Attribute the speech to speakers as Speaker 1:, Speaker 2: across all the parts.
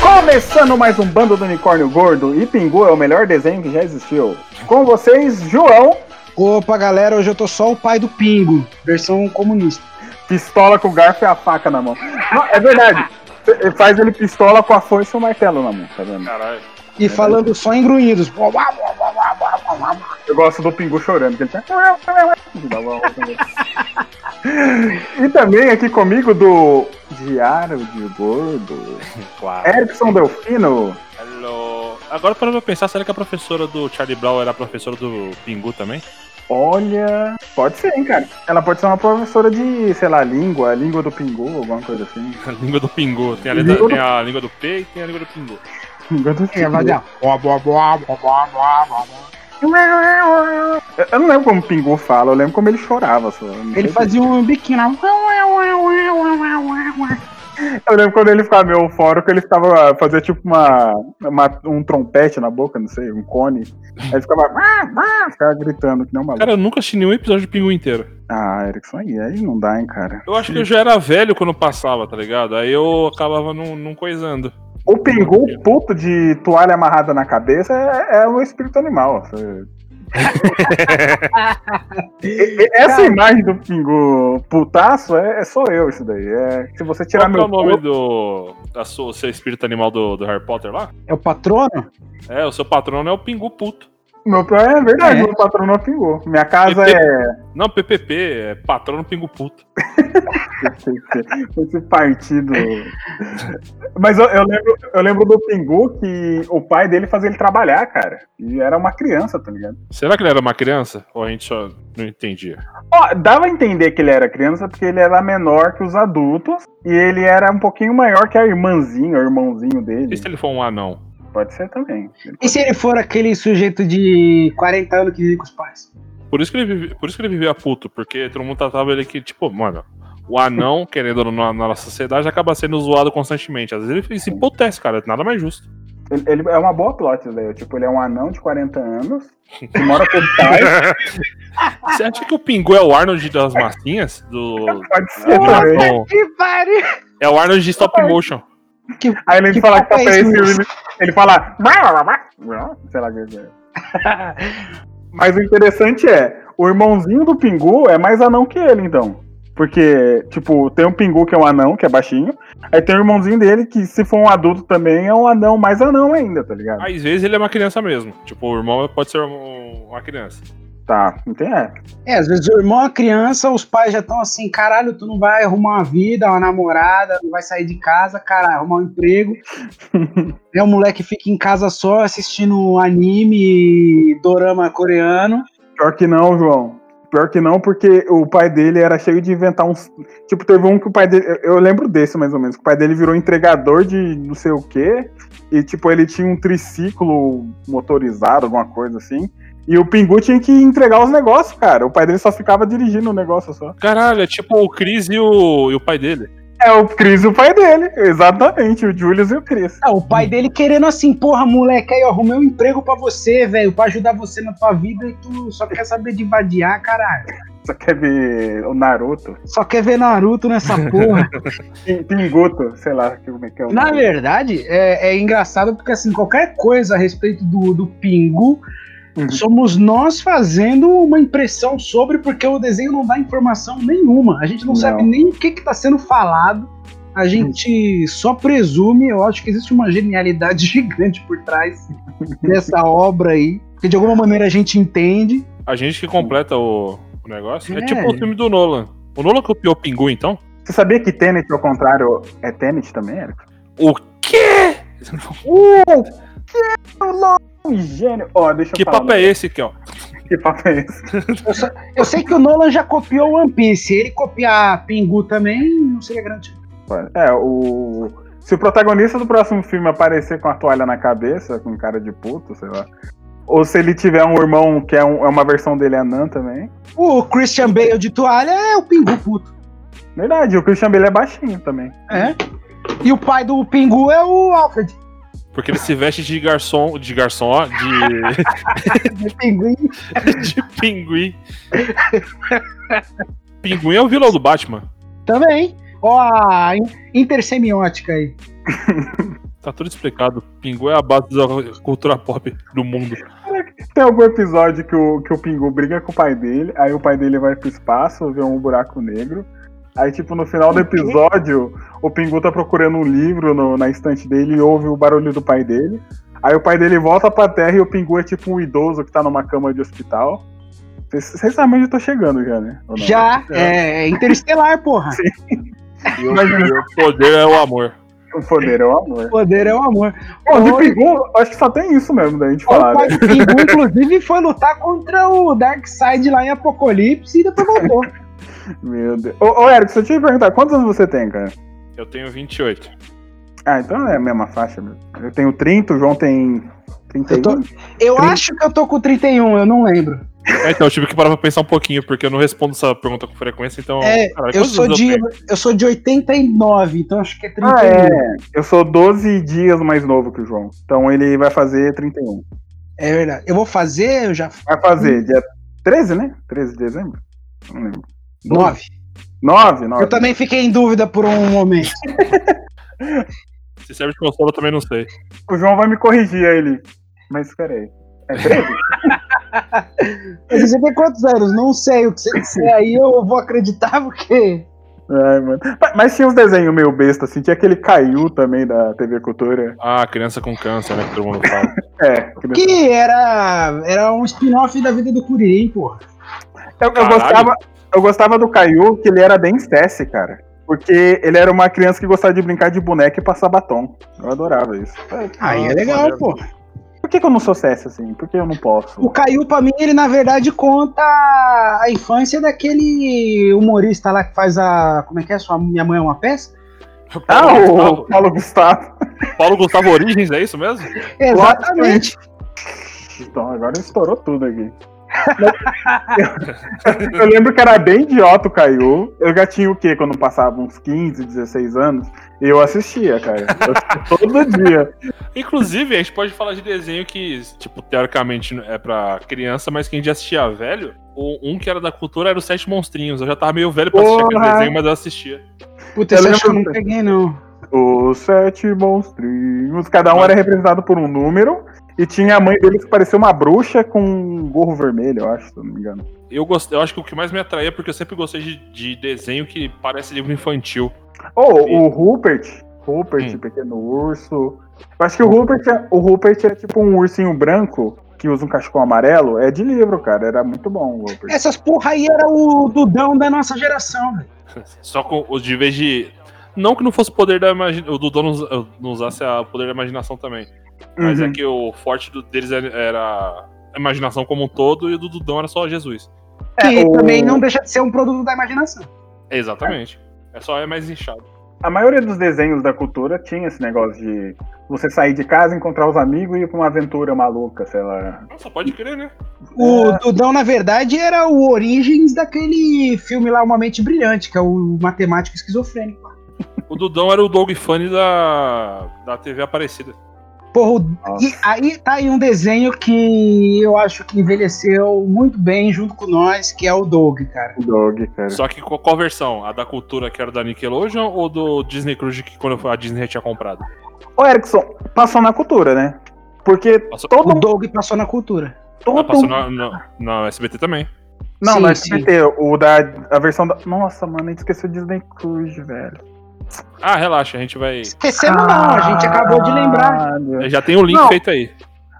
Speaker 1: Começando mais um bando do unicórnio gordo e Pingu é o melhor desenho que já existiu. Com vocês, João,
Speaker 2: Opa, galera, hoje eu tô só o pai do Pingo, versão comunista.
Speaker 1: pistola com o garfo e a faca na mão. Não, é verdade. Cê- Faz ele pistola com a foice e o martelo na mão, tá vendo?
Speaker 3: Caralho.
Speaker 2: E falando só em grunhidos.
Speaker 1: Eu gosto do Pingu chorando, que ele tá... E também aqui comigo do Diário de Gordo,
Speaker 3: Claro.
Speaker 1: Erickson Delfino.
Speaker 3: É? Alô. Agora para pensar, será que a professora do Charlie Brown era a professora do Pingu também?
Speaker 1: Olha, pode ser, hein, cara. Ela pode ser uma professora de, sei lá, língua, língua do pingu, alguma coisa assim.
Speaker 3: A língua do Pingu. Tem a, letra-
Speaker 1: Língua do-
Speaker 3: tem a língua do P e tem a língua do Pingu.
Speaker 1: Língua do
Speaker 2: É, vai
Speaker 1: pingu.
Speaker 2: dar. Boa, boa, boa, boa, boa, boa, boa.
Speaker 1: Eu- Eu não lembro como o pingu fala, eu lembro como ele chorava. Só. Não
Speaker 2: Ele
Speaker 1: sei
Speaker 2: fazia um biquinho lá.
Speaker 1: se- Eu lembro quando ele ficava meio eufórico, ele ficava fazia tipo uma, uma- um trompete na boca, não sei, um cone. Aí ele ficava, "Ah, ah", ficava gritando que nem um maluco.
Speaker 3: Cara, eu nunca assisti nenhum episódio do Pingu inteiro.
Speaker 1: Ah, Erickson, aí, aí não dá, hein, cara.
Speaker 3: Eu acho que eu já era velho quando passava, tá ligado? Aí eu acabava não, não coisando.
Speaker 1: O pingu puto de toalha amarrada na cabeça é, é um espírito animal. você- E- e- Essa imagem do pingu putaço é, é- sou eu, isso daí. É, se você tirar
Speaker 3: Qual que é
Speaker 1: meu
Speaker 3: o nome
Speaker 1: corpo,
Speaker 3: do. Da sua, seu espírito animal do, do Harry Potter lá?
Speaker 2: É o patrono?
Speaker 3: É, o seu patrono é o Pingu Puto.
Speaker 1: meu é verdade,
Speaker 2: É.
Speaker 1: meu patrono é o pingu. Minha casa é
Speaker 3: Não, PPP, é patrono Pingu Puto.
Speaker 1: é, esse partido. Mas eu, eu lembro, eu lembro do pingu que o pai dele fazia ele trabalhar, cara. E era uma criança, tá ligado?
Speaker 3: Será que ele era uma criança? Ou a gente só não entendia?
Speaker 1: Ó, dava a entender que ele era criança porque ele era menor que os adultos e ele era um pouquinho maior que a irmãzinha, o irmãozinho
Speaker 3: E
Speaker 1: dele.
Speaker 3: se ele for um anão?
Speaker 1: Pode ser também.
Speaker 2: E se ele for aquele sujeito de 40 anos que vive com os pais?
Speaker 3: Por isso que ele, vive- por isso que ele vivia puto, porque todo mundo tratava ele que, tipo, mano, o anão, querendo ou não, na nossa sociedade, acaba sendo zoado constantemente. Às vezes ele se emputece, cara, nada mais justo.
Speaker 1: Ele, ele é uma boa plot, velho. Tipo, ele é um anão de 40 anos que mora com o pai.
Speaker 3: Você acha que o Pingu é o Arnold das massinhas? Do...
Speaker 1: Pode ser
Speaker 3: Nossa.
Speaker 1: também.
Speaker 2: que pariu!
Speaker 3: É o Arnold de stop motion.
Speaker 2: Que,
Speaker 1: Aí ele
Speaker 2: que
Speaker 1: fala que tá
Speaker 2: papo é
Speaker 1: feliz,
Speaker 2: esse,
Speaker 1: ele, ele fala. Sei lá o que é. Mas o interessante é, o irmãozinho do Pingu é mais anão que ele, então. Porque, tipo, tem um Pingu que é um anão, que é baixinho. Aí tem o irmãozinho dele, que se for um adulto também, é um anão mais anão ainda, tá ligado?
Speaker 3: Às vezes ele é uma criança mesmo. Tipo, o irmão pode ser um- uma criança.
Speaker 1: Tá, não tem é.
Speaker 2: É, às vezes o irmão é criança, os pais já estão assim, caralho, tu não vai arrumar uma vida, uma namorada, não vai sair de casa, cara, arrumar um emprego. é o moleque fica em casa só assistindo anime, dorama coreano.
Speaker 1: Pior que não, João. Pior que não, porque o pai dele era cheio de inventar uns. Tipo, teve um que o pai dele. eu- Eu lembro desse mais ou menos. Que o pai dele virou entregador de não sei o quê. E, tipo, ele tinha um triciclo motorizado, alguma coisa assim. E o Pingu tinha que entregar os negócios, cara. O pai dele só ficava dirigindo o negócio só.
Speaker 3: Caralho, é tipo o Chris e o, e o pai dele.
Speaker 1: É o Cris e o pai dele. Exatamente, o Julius e o Cris.
Speaker 2: Ah, o pai dele querendo assim, porra, moleque, aí eu arrumei um emprego pra você, velho, pra ajudar você na tua vida e tu só quer saber de vadiar, caralho.
Speaker 1: Você quer ver é o Naruto?
Speaker 2: Só quer ver Naruto nessa porra.
Speaker 1: Pin- Pinguto, sei lá como é que é o
Speaker 2: Na
Speaker 1: nome.
Speaker 2: verdade, é, é engraçado porque assim, qualquer coisa a respeito do, do Pingu,
Speaker 1: Uhum.
Speaker 2: somos nós fazendo uma impressão sobre, porque o desenho não dá informação nenhuma. A gente
Speaker 1: Não.
Speaker 2: não, sabe nem o que está sendo falado. A gente só presume, eu acho que existe uma genialidade gigante por trás dessa obra aí. Que de alguma maneira a gente entende.
Speaker 3: A gente que completa o, o negócio. É.
Speaker 2: É.
Speaker 3: tipo o filme do Nolan. O Nolan copiou o Pingu, então?
Speaker 1: Você sabia que Tenet, ao contrário, é Tenet também, Eric?
Speaker 3: O quê?
Speaker 1: Uh, que nome, um gênio! Ó, deixa eu
Speaker 3: Que
Speaker 1: falar.
Speaker 3: papo é esse, Kel?
Speaker 1: Que papo é esse?
Speaker 2: Eu sei que o Nolan já copiou One Piece. Se ele copiar Pingu também, não seria grande.
Speaker 1: É, o. Se o protagonista do próximo filme aparecer com a toalha na cabeça, com cara de puto, sei lá. Ou se ele tiver um irmão que é, um- é uma versão dele anã também.
Speaker 2: O Christian Bale de toalha é o Pingu puto.
Speaker 1: Verdade, o Christian Bale é baixinho também.
Speaker 2: É. E o pai do Pingu é o Alfred.
Speaker 3: Porque ele se veste de garçom, de garçom, ó, de,
Speaker 2: O pinguim.
Speaker 3: de pinguim. Pinguim é o vilão do Batman.
Speaker 2: Também. Ó, a in- intersemiótica aí.
Speaker 3: Tá tudo explicado. Pingu é a base da cultura pop do mundo.
Speaker 1: Tem algum episódio que o, que o Pingu briga com o pai dele, aí o pai dele vai pro espaço, vê um buraco negro. Aí, tipo, no final do episódio, o Pingu tá procurando um livro no- na estante dele e ouve o barulho do pai dele. Aí o pai dele volta pra terra e o Pingu é tipo um idoso que tá numa cama de hospital. Vocês- Vocês sabem onde eu tô chegando já, né? Ou não?
Speaker 2: Já, é, interestelar, porra.
Speaker 3: E o, e o poder é o amor.
Speaker 1: O poder é o amor.
Speaker 2: O poder é o amor.
Speaker 1: Pô, de
Speaker 2: Oi.
Speaker 1: Pingu, acho que só tem isso mesmo da gente falar,
Speaker 2: O
Speaker 1: né?
Speaker 2: pai do Pingu, inclusive, foi lutar contra o Darkseid lá em Apocalipse e depois voltou.
Speaker 1: Meu Deus. Ô, ô Eric, se eu te perguntar, quantos anos você tem, cara?
Speaker 3: Eu tenho 28.
Speaker 1: Ah, então é a mesma faixa mesmo. Eu tenho 30, o João tem 31.
Speaker 2: Eu tô- Eu acho que eu tô com 31, eu não lembro.
Speaker 3: É, então eu tive que parar pra pensar um pouquinho, porque eu não respondo essa pergunta com frequência, então.
Speaker 2: É,
Speaker 3: caralho,
Speaker 2: Eu
Speaker 3: quantos
Speaker 2: sou,
Speaker 3: anos
Speaker 2: de,
Speaker 3: tenho?
Speaker 2: eu sou de 89, então acho que é 31.
Speaker 1: Ah, é. Eu sou 12 dias mais novo que o João. Então ele vai fazer 31.
Speaker 2: É verdade. Eu vou fazer, eu já.
Speaker 1: Vai fazer dia 13, né? 13 de dezembro? Não lembro.
Speaker 2: 9.
Speaker 1: 9, 9.
Speaker 2: Eu também fiquei em dúvida por um momento.
Speaker 3: Se serve de consolo, eu também não sei.
Speaker 1: O João vai me corrigir aí, ele. Mas peraí. É 13?
Speaker 2: Mas Você tem quantos anos? Não sei o que você disser aí, eu vou acreditar porque.
Speaker 1: Ai, mano. Mas- Mas tinha uns desenhos meio besta, assim. Tinha aquele Caiu também da TV Cultura.
Speaker 3: Ah, criança com câncer, né? Que todo mundo fala.
Speaker 1: É. que-
Speaker 2: Que era, era um spin-off da vida do Curirim, porra.
Speaker 1: Eu, eu
Speaker 3: Caralho.
Speaker 1: gostava, eu gostava do Caiu, que ele era bem Stacy, cara. Porque ele era uma criança que gostava de brincar de boneca e passar batom. Eu adorava isso.
Speaker 2: Aí é
Speaker 3: Ah,
Speaker 2: legal,
Speaker 3: maneiro.
Speaker 2: pô.
Speaker 1: Por que, que eu não sou César assim? Por que eu não
Speaker 2: O
Speaker 1: posso?
Speaker 2: Caiu, pra mim, ele na verdade conta a infância daquele humorista lá que faz a. Como é que é? Sua, minha mãe é uma peça?
Speaker 1: Ah, o
Speaker 3: Paulo,
Speaker 1: Paulo Gustavo.
Speaker 3: Paulo Gustavo Origens, é isso mesmo?
Speaker 2: Exatamente.
Speaker 1: Então, agora estourou tudo aqui. eu, eu lembro que era bem idiota o Caiu. Eu já tinha o quê? Quando passava uns 15, 16 anos, eu assistia, cara. Eu assistia todo dia.
Speaker 3: Inclusive, a gente pode falar de desenho que, tipo, teoricamente é pra criança, mas quem já assistia velho, o- um que era da cultura era os Sete Monstrinhos. Eu já tava meio velho pra assistir aquele
Speaker 1: Porra!
Speaker 3: desenho, mas eu assistia.
Speaker 2: Puta,
Speaker 1: Eu
Speaker 2: esse eu acho que eu
Speaker 1: lembro-
Speaker 2: não peguei, não.
Speaker 1: Os sete monstrinhos. Cada um era representado por um número. E tinha a mãe dele que parecia uma bruxa com um gorro vermelho, eu acho, se eu não me engano.
Speaker 3: Eu, gost... eu acho que o que mais me atraía é porque eu sempre gostei de, de desenho que parece livro infantil.
Speaker 1: Ou
Speaker 3: Sim.
Speaker 1: o Rupert. Rupert,
Speaker 3: Hum.
Speaker 1: pequeno urso. Eu acho que o Rupert, é, o Rupert é tipo um ursinho branco que usa um cachecol amarelo. É de livro, cara. Era muito bom o Rupert.
Speaker 2: Essas porra aí era o Dudão da nossa geração, velho.
Speaker 3: Só com os de vez de. Não que não fosse o poder da imaginação. O Dudão não usa- não usasse a- o poder da imaginação também. Mas
Speaker 1: Uhum.
Speaker 3: é que o forte do- deles era- era a imaginação como um todo e o do Dudão era só Jesus.
Speaker 2: Que
Speaker 1: o-
Speaker 2: também não deixa de ser um produto da imaginação.
Speaker 3: Exatamente. É só é mais inchado.
Speaker 1: A maioria dos desenhos da cultura tinha esse negócio de você sair de casa, encontrar os amigos e ir pra uma aventura maluca, sei lá.
Speaker 3: Nossa, pode crer, né?
Speaker 2: O Dudão, na verdade, era o Origens daquele filme lá, Uma Mente Brilhante, que é o matemático esquizofrênico.
Speaker 3: O Dudão era o Dog Funny da, da TV Aparecida.
Speaker 2: Porra, o-
Speaker 1: Nossa.
Speaker 2: e aí tá aí um desenho que eu acho que envelheceu muito bem junto com nós, que é o Doug, cara.
Speaker 1: O dog,
Speaker 2: É.
Speaker 1: cara.
Speaker 3: Só que qual qual versão? A da cultura que era da Nickelodeon ou do Disney Cruise que quando a Disney já tinha comprado?
Speaker 1: Ô, Erickson, passou na cultura, né? Porque
Speaker 3: Passou-
Speaker 2: O
Speaker 1: todo
Speaker 2: Doug passou na cultura.
Speaker 3: Ah,
Speaker 1: todo
Speaker 3: passou na, na, na SBT também.
Speaker 1: Não,
Speaker 2: Sim,
Speaker 1: não é
Speaker 2: sim.
Speaker 1: SBT, o da a versão da Nossa, mano, a gente esqueceu o Disney Cruise, velho.
Speaker 3: Ah, relaxa, a gente vai.
Speaker 2: Esquecemos É, não, a
Speaker 1: Ah.
Speaker 2: gente acabou de lembrar.
Speaker 1: Caralho.
Speaker 3: Já tem o link
Speaker 1: Não.
Speaker 3: feito aí.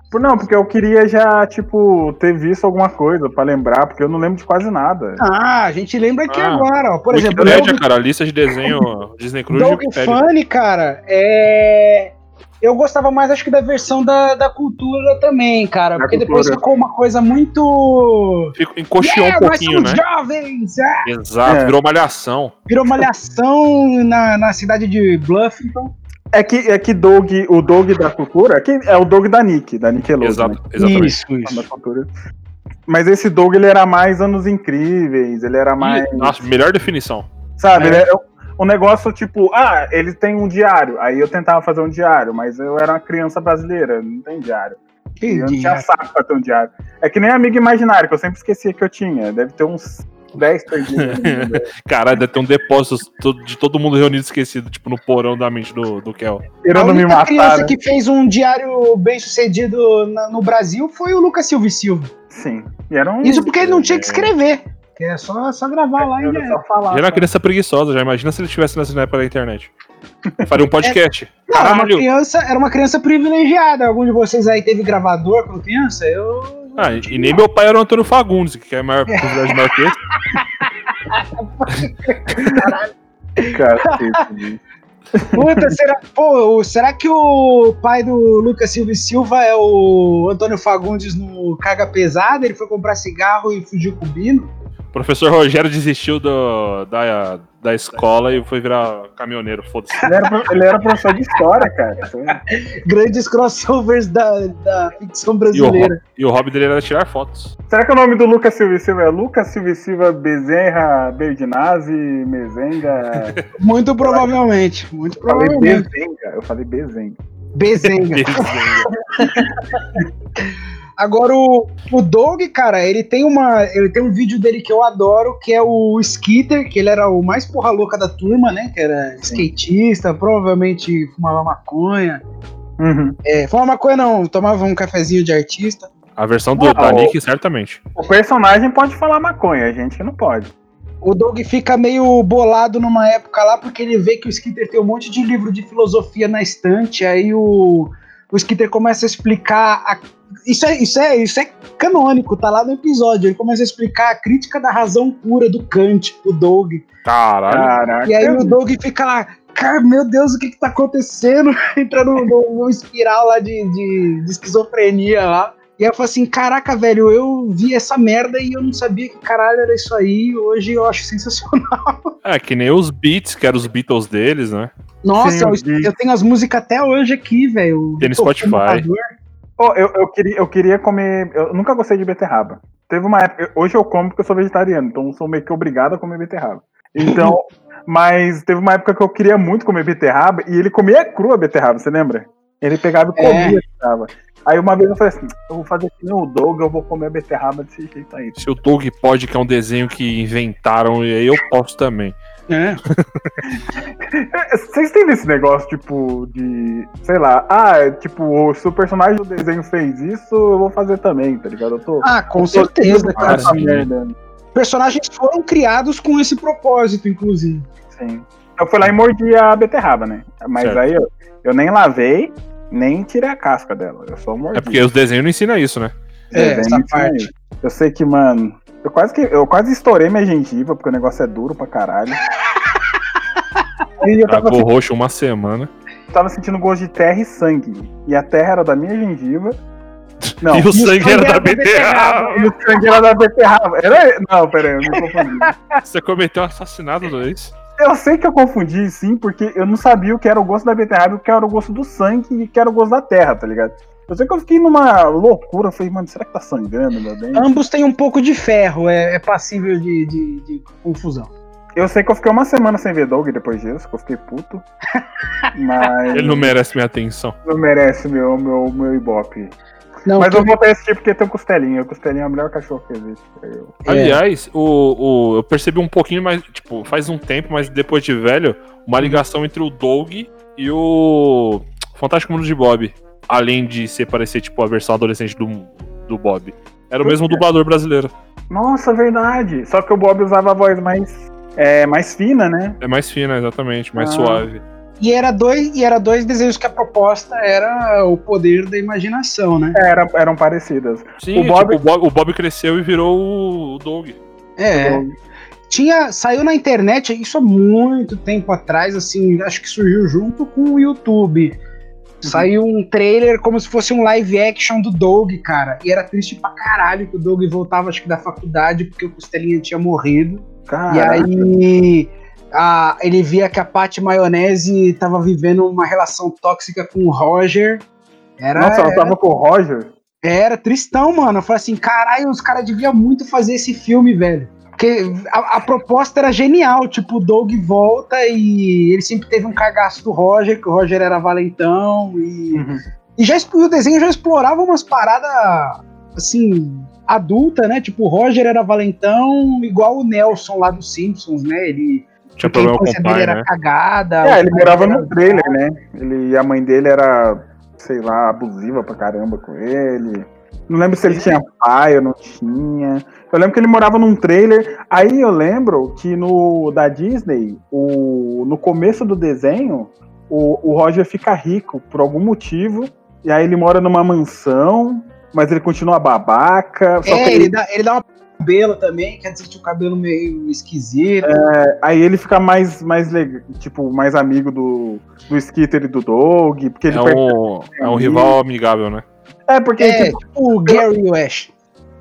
Speaker 1: Por- Não, porque eu queria já, tipo, ter visto alguma coisa pra lembrar, porque eu não lembro de quase nada.
Speaker 2: Ah, a gente lembra aqui
Speaker 3: Ah,
Speaker 2: agora, ó. Por exemplo,
Speaker 3: Wikipédia,
Speaker 2: Doug
Speaker 3: cara, lista de desenho Disney Cruise e
Speaker 2: Dog
Speaker 3: Wikipédia.
Speaker 2: Funny, cara, é. Eu gostava mais, acho que, da versão da, da cultura também, cara.
Speaker 1: Da
Speaker 2: porque depois
Speaker 1: cultura.
Speaker 2: ficou uma coisa muito.
Speaker 3: Fico- Encoxeou um
Speaker 2: nós
Speaker 3: pouquinho,
Speaker 2: somos
Speaker 3: né?
Speaker 2: jovens! é.
Speaker 3: Exato,
Speaker 1: É.
Speaker 3: virou malhação.
Speaker 2: Virou malhação na, na cidade de Bluffington.
Speaker 1: É que, é que Doug, o Doug da cultura, que é o Doug da Nick, da Nickelodeon.
Speaker 3: Exato,
Speaker 1: né?
Speaker 3: exatamente.
Speaker 2: Isso,
Speaker 1: Da cultura. Mas esse Doug, ele era mais anos incríveis, ele era mais.
Speaker 3: Ih, Nossa, melhor definição.
Speaker 2: É.
Speaker 1: Sabe, ele era um- um negócio tipo, ah, ele tem um diário. Aí eu tentava fazer um diário, mas eu era uma criança brasileira, não tem diário. Eu não tinha saco pra ter um diário. É que nem amigo imaginário, que eu sempre esquecia que eu tinha. Deve ter uns 10 tanguinhos.
Speaker 3: Caralho, deve ter um depósito to- de todo mundo reunido esquecido, tipo, no porão da mente do, do Kel.
Speaker 2: A
Speaker 1: Querendo me
Speaker 2: única
Speaker 1: matar.
Speaker 2: criança
Speaker 1: né?
Speaker 2: que fez um diário bem sucedido na- no Brasil foi o Lucas Silva e Silva.
Speaker 1: Sim. E era um.
Speaker 2: Isso porque ele não tinha que escrever. Que é só, só gravar lá e já
Speaker 1: Era
Speaker 2: era.
Speaker 1: só falar. né?
Speaker 3: Já era é uma criança preguiçosa, já imagina se ele tivesse nascido na época da internet. Faria um podcast.
Speaker 1: É.
Speaker 2: Não, era uma
Speaker 3: Caralho.
Speaker 2: criança, era uma criança privilegiada. Algum de vocês aí teve gravador quando criança? Eu.
Speaker 3: Ah, e e nem meu pai era o Antônio Fagundes, que é maior possibilidade maior que esse.
Speaker 1: Cacete, bicho.
Speaker 2: Puta, será, pô, o- será que o pai do Lucas Silva e Silva é o Antônio Fagundes no Carga Pesada? Ele foi comprar cigarro e fugiu com o Bino?
Speaker 3: O professor Rogério desistiu do- da, da escola e foi virar caminhoneiro, foda-se.
Speaker 1: ele, era, pro- ele era professor de história, cara.
Speaker 2: Grandes crossovers da, da ficção
Speaker 3: E o,
Speaker 2: brasileira.
Speaker 3: hobby, e o hobby dele era tirar fotos.
Speaker 1: Será que o nome do Lucas Silva e Silva é Lucas Silva e Silva Bezerra Berdinazzi Mezenga?
Speaker 2: Muito provavelmente, muito
Speaker 3: Tá
Speaker 1: Eu falei
Speaker 2: provavelmente.
Speaker 1: Bezenga. Eu falei Bezenga.
Speaker 2: Bezenga. Agora o, o Doug, cara, ele tem uma, ele tem um vídeo dele que eu adoro, que é o Skitter, que ele era o mais porra louca da turma, né? Que era skatista, provavelmente fumava maconha.
Speaker 1: Uhum.
Speaker 2: É, fumava maconha não, tomava um cafezinho de artista.
Speaker 3: A versão do
Speaker 1: Não.
Speaker 3: Danik, certamente.
Speaker 1: Ah, O personagem pode falar maconha, a gente não pode.
Speaker 2: O Doug fica meio bolado numa época lá porque ele vê que o Skitter tem um monte de livro de filosofia na estante, aí o, o Skitter começa a explicar a- isso é, isso, é, isso é canônico, tá lá no episódio. Ele começa a explicar a crítica da razão pura do Kant, o Doug.
Speaker 3: Caralho.
Speaker 1: Caraca.
Speaker 2: E aí o Doug fica lá, cara, meu Deus, o que que tá acontecendo? Entra num, num- num espiral lá de, de- de esquizofrenia lá. E aí eu falo assim, caraca, velho, eu vi essa merda e eu não sabia que caralho era isso aí. Hoje eu acho sensacional.
Speaker 3: É, que nem os Beats, que eram os Beatles deles, né?
Speaker 2: Nossa,
Speaker 1: Sim, eu
Speaker 2: eu,
Speaker 1: vi.
Speaker 2: eu tenho as músicas até hoje aqui, velho.
Speaker 3: Tem no
Speaker 2: Tocando
Speaker 3: Spotify.
Speaker 2: computador.
Speaker 1: Ô, eu, eu, queria, eu queria comer. Eu nunca gostei de beterraba. Teve uma época. eu- Hoje eu como porque eu sou vegetariano, então eu sou meio que obrigado a comer beterraba. Então. mas teve uma época que eu queria muito comer beterraba e ele comia crua a beterraba, você lembra? Ele pegava e
Speaker 2: É.
Speaker 1: comia a beterraba. Aí uma vez eu falei assim: eu vou fazer que nem o Doug, eu vou comer a beterraba desse jeito aí.
Speaker 3: Se o Doug pode, que é um desenho que inventaram, e aí eu posso também.
Speaker 2: É.
Speaker 1: É, Vocês têm esse negócio, tipo, de. Sei lá, ah, tipo, se o personagem do desenho fez isso, eu vou fazer também, tá ligado? Eu tô.
Speaker 2: Ah, com
Speaker 1: eu tô
Speaker 2: certeza,
Speaker 1: tendo
Speaker 2: cara.
Speaker 1: essa merda.
Speaker 2: Personagens foram criados com esse propósito, inclusive.
Speaker 1: Sim. Eu fui lá e mordi a beterraba, né? Mas
Speaker 3: Certo.
Speaker 1: aí eu, eu nem lavei, nem tirei a casca dela. Eu só mordi.
Speaker 3: É porque os desenhos não ensinam isso, né?
Speaker 2: É,
Speaker 1: Desenho
Speaker 2: essa
Speaker 1: me ensina
Speaker 2: parte.
Speaker 1: isso. Eu sei que, mano. Eu quase, que, eu quase estourei minha gengiva, porque o negócio é duro pra caralho. e eu tava,
Speaker 3: Cagou roxo uma semana.
Speaker 1: tava sentindo gosto de terra e sangue. E a terra era da minha gengiva. Não,
Speaker 3: e o sangue era da
Speaker 2: beterraba.
Speaker 3: beterraba.
Speaker 1: E o sangue era da beterraba. Era... Não, peraí, eu me confundi.
Speaker 3: Você cometeu um assassinato, Luiz.
Speaker 1: Eu sei que eu confundi, sim, porque eu não sabia o que era o gosto da beterraba, e o que era o gosto do sangue e o que era o gosto da terra, tá ligado? Eu sei que eu fiquei numa loucura, eu falei, mano, será que tá sangrando, meu bem?
Speaker 2: Ambos têm um pouco de ferro, é, é passível de- de- de confusão.
Speaker 1: Eu sei que eu fiquei uma semana sem ver Doug depois disso, que eu fiquei puto. Mas
Speaker 3: Ele não merece minha atenção.
Speaker 1: não merece meu, meu, meu ibope.
Speaker 2: Não,
Speaker 1: Mas
Speaker 2: que-
Speaker 1: eu vou pra esse tipo porque tem o costelinho. O costelinho é o melhor cachorro que existe. Eu-
Speaker 2: É.
Speaker 3: Aliás, o, o- eu percebi um pouquinho mais, tipo, faz um tempo, mas depois de velho, uma ligação entre o Doug e o Fantástico Mundo de Bob. Além de ser parecer, tipo, a versão adolescente do, do Bob. Era o mesmo dublador brasileiro.
Speaker 1: Nossa, verdade. Só que o Bob usava a voz mais, é, mais fina, né?
Speaker 3: É mais fina, exatamente, mais
Speaker 1: Ah.
Speaker 3: suave.
Speaker 2: e, era dois, e era dois desenhos que a proposta era o poder da imaginação, né?
Speaker 1: É, Era, eram parecidas.
Speaker 3: Sim,
Speaker 1: O Bob-
Speaker 3: tipo, o, Bob, o Bob cresceu e virou o Doug.
Speaker 2: É. Tinha, saiu na internet, isso há muito tempo atrás, assim, acho que surgiu junto com o YouTube. Saiu um trailer como se fosse um live action do Doug, cara. E era triste pra caralho que o Doug voltava, acho que da faculdade, porque o Costelinha tinha morrido. E
Speaker 1: Cara,
Speaker 2: aí a- ele via que a Paty Maionese tava vivendo uma relação tóxica com o Roger. Era,
Speaker 1: nossa, ela tava com o Roger.
Speaker 2: era tristão, mano. Eu falei assim, caralho, os caras deviam muito fazer esse filme, velho. Porque a, a proposta era genial, tipo, o Doug volta e ele sempre teve um cagaço do Roger, que o Roger era Uhum. valentão e... E já, exp- o desenho já explorava umas paradas, assim, adulta, né? Tipo, o Roger era valentão, igual o Nelson lá dos Simpsons, né? Ele.
Speaker 3: Tinha
Speaker 2: a
Speaker 3: problema com
Speaker 2: infância
Speaker 3: o
Speaker 2: dele
Speaker 3: pai,
Speaker 2: era
Speaker 3: né?
Speaker 2: cagada. o
Speaker 1: É, ele
Speaker 2: pai
Speaker 1: morava
Speaker 2: era-
Speaker 1: no trailer, né? Ele, e a mãe dele era, sei lá, abusiva pra caramba com ele. Não lembro se ele tinha pai ou não tinha. Eu lembro que ele morava num trailer. Aí eu lembro que no da Disney, o, no começo do desenho, o, o Roger fica rico por algum motivo. E aí ele mora numa mansão, mas ele continua babaca. Só
Speaker 2: É,
Speaker 1: que
Speaker 2: ele dá, ele dá uma cabelo também, quer dizer, que tinha o cabelo meio esquisito.
Speaker 1: aí ele fica mais, mais legal, tipo, mais amigo do, do Skitter e do Dog. Porque ele
Speaker 3: É
Speaker 1: percebe-
Speaker 3: um, é um rival amigável, né?
Speaker 1: É, porque
Speaker 2: É,
Speaker 1: tipo,
Speaker 2: tipo o Gary West.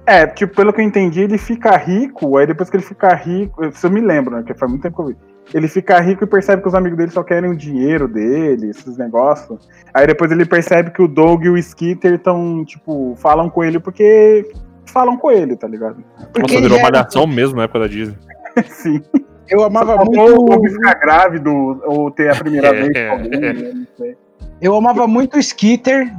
Speaker 1: É, tipo, pelo que eu entendi, ele fica rico, aí depois que ele fica rico, se eu me lembro, né, que faz muito tempo que eu vi. Ele fica rico e percebe que os amigos dele só querem o dinheiro dele, esses negócios. Aí depois ele percebe que o Doug e o Skitter estão, tipo, falam com ele porque falam com ele, tá ligado?
Speaker 3: Nossa,
Speaker 2: ele
Speaker 3: virou
Speaker 2: já era-
Speaker 3: malhação mesmo na época da Disney.
Speaker 1: Sim.
Speaker 2: Eu amava
Speaker 1: Ou o Doug
Speaker 2: é muito.
Speaker 1: ficar grávido, ou ter a primeira vez com alguém,
Speaker 3: É.
Speaker 1: né, não sei.
Speaker 2: Eu amava muito o Skitter.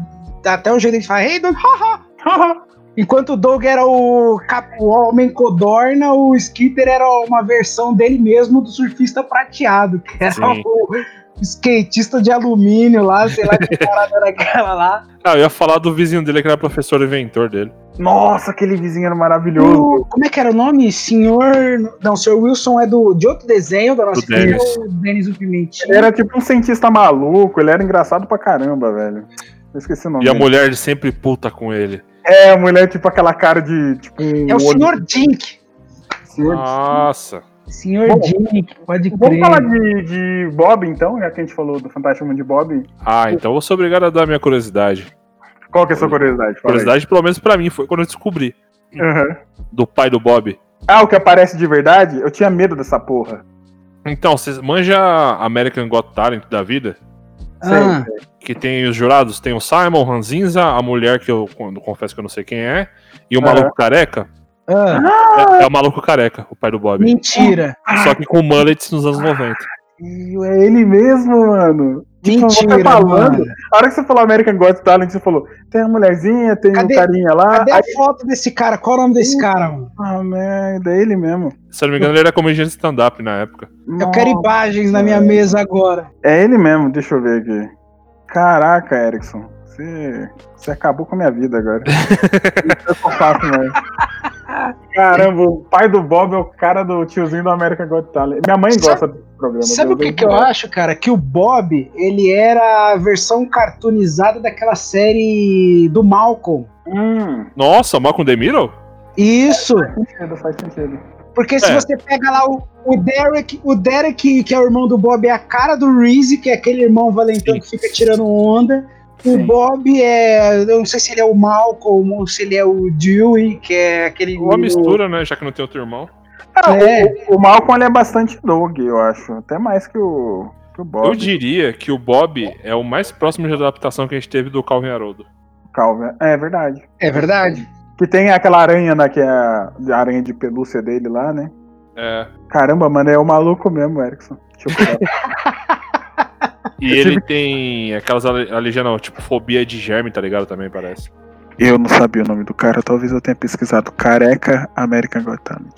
Speaker 2: dá Até o jeito de falar, hey, Doug,
Speaker 1: né?
Speaker 2: Enquanto o Doug era o, cap- o homem codorna, o Skitter era uma versão dele mesmo do surfista prateado, que era
Speaker 3: Sim.
Speaker 2: o skatista de alumínio lá, sei lá que parada era aquela lá.
Speaker 3: Ah, eu ia falar do vizinho dele, que era professor inventor dele.
Speaker 1: Nossa, aquele vizinho era maravilhoso.
Speaker 2: O- como é que era o nome? Senhor. Não, o Sr. Wilson é do, de outro desenho da nossa é
Speaker 3: Do Dennis.
Speaker 2: o Denis o Pimentinho.
Speaker 1: Ele era tipo um cientista maluco, ele era engraçado pra caramba, velho. Eu esqueci o nome.
Speaker 3: E a
Speaker 2: né?
Speaker 1: dele.
Speaker 3: mulher sempre puta com ele.
Speaker 1: É, a mulher, tipo, aquela cara de. Tipo,
Speaker 2: É o Sr. Dink.
Speaker 1: senhor.
Speaker 3: Ah, Nossa.
Speaker 2: Senhor
Speaker 1: Bom,
Speaker 2: Dink, pode
Speaker 1: Vamos
Speaker 2: crer.
Speaker 1: falar de, de Bob, então, já que a gente falou do Fantástico Mundo de Bob.
Speaker 3: Ah, então eu vou ser obrigado a dar minha curiosidade.
Speaker 1: Qual que é a sua curiosidade? Fala aí.
Speaker 3: Curiosidade, pelo menos pra mim, foi quando eu descobri.
Speaker 1: Aham.
Speaker 3: Do pai do Bob.
Speaker 1: Ah, o que aparece de verdade? Eu tinha medo dessa porra.
Speaker 3: Então, vocês manja American Got Talent da vida?
Speaker 2: Ah,
Speaker 3: Que tem os jurados, tem o Simon, Ranzinza, a mulher que eu con- confesso que eu não sei quem é, e o maluco careca.
Speaker 2: ah,
Speaker 3: É, é o maluco careca, o pai do Bob.
Speaker 2: mentira.
Speaker 3: Só que com mullets nos anos 90.
Speaker 1: Ih, É ele mesmo, mano. Tipo, você
Speaker 2: mentira.
Speaker 1: falando,
Speaker 2: mano.
Speaker 1: A hora que você falou American Got Talent, você falou: tem a mulherzinha, tem
Speaker 2: Cadê-
Speaker 1: um carinha lá.
Speaker 2: Cadê
Speaker 1: Aí,
Speaker 2: a foto desse cara? Qual o nome desse cara, mano?
Speaker 1: ah, merda, é ele mesmo.
Speaker 3: Se eu não me engano, ele era comediante de stand-up na época.
Speaker 2: Eu quero
Speaker 1: Nossa.
Speaker 2: imagens na minha mesa agora.
Speaker 1: É ele mesmo, deixa eu ver aqui. Caraca, Erickson, você, você acabou com a minha vida agora. Isso é eu não faço mais. né? Caramba, o pai do Bob é o cara do tiozinho do American Got Talent. Minha mãe
Speaker 2: Sabe-
Speaker 1: gosta desse programa.
Speaker 2: Sabe o
Speaker 1: Deus
Speaker 2: que,
Speaker 1: do
Speaker 2: que eu
Speaker 1: céu.
Speaker 2: acho, cara? Que o Bob, ele era a versão cartoonizada daquela série do Malcolm.
Speaker 1: Hum,
Speaker 3: Nossa, Malcolm Demiro?
Speaker 2: Isso!
Speaker 1: faz sentido, faz sentido.
Speaker 2: Porque se
Speaker 3: É.
Speaker 2: você pega lá o, o Derek, o Derek, que é o irmão do Bob, é a cara do Reese, que é aquele irmão valentão
Speaker 3: Sim.
Speaker 2: que fica tirando onda. O
Speaker 1: Sim.
Speaker 2: Bob é. Eu não sei se ele é o Malcolm ou se ele é o Dewey, que é aquele.
Speaker 3: Uma mistura, né? Já que não tem outro irmão.
Speaker 1: Ah,
Speaker 2: É.
Speaker 1: O, o Malcolm ele é bastante Doug, eu acho. Até mais que o, que o Bob.
Speaker 3: Eu diria que o Bob é o mais próximo de adaptação que a gente teve do Calvin Haroldo.
Speaker 1: Calvin. É verdade.
Speaker 2: É verdade.
Speaker 1: Que tem aquela aranha, né, que é a a aranha de pelúcia dele lá, né?
Speaker 3: É.
Speaker 1: Caramba, mano, é o maluco mesmo, Erickson. Deixa eu pegar.
Speaker 3: E ele tem aquelas ale- alergia, não, tipo, fobia de germe, tá ligado? Também parece.
Speaker 1: Eu não sabia o nome do cara, talvez eu tenha pesquisado Careca American Got Talent.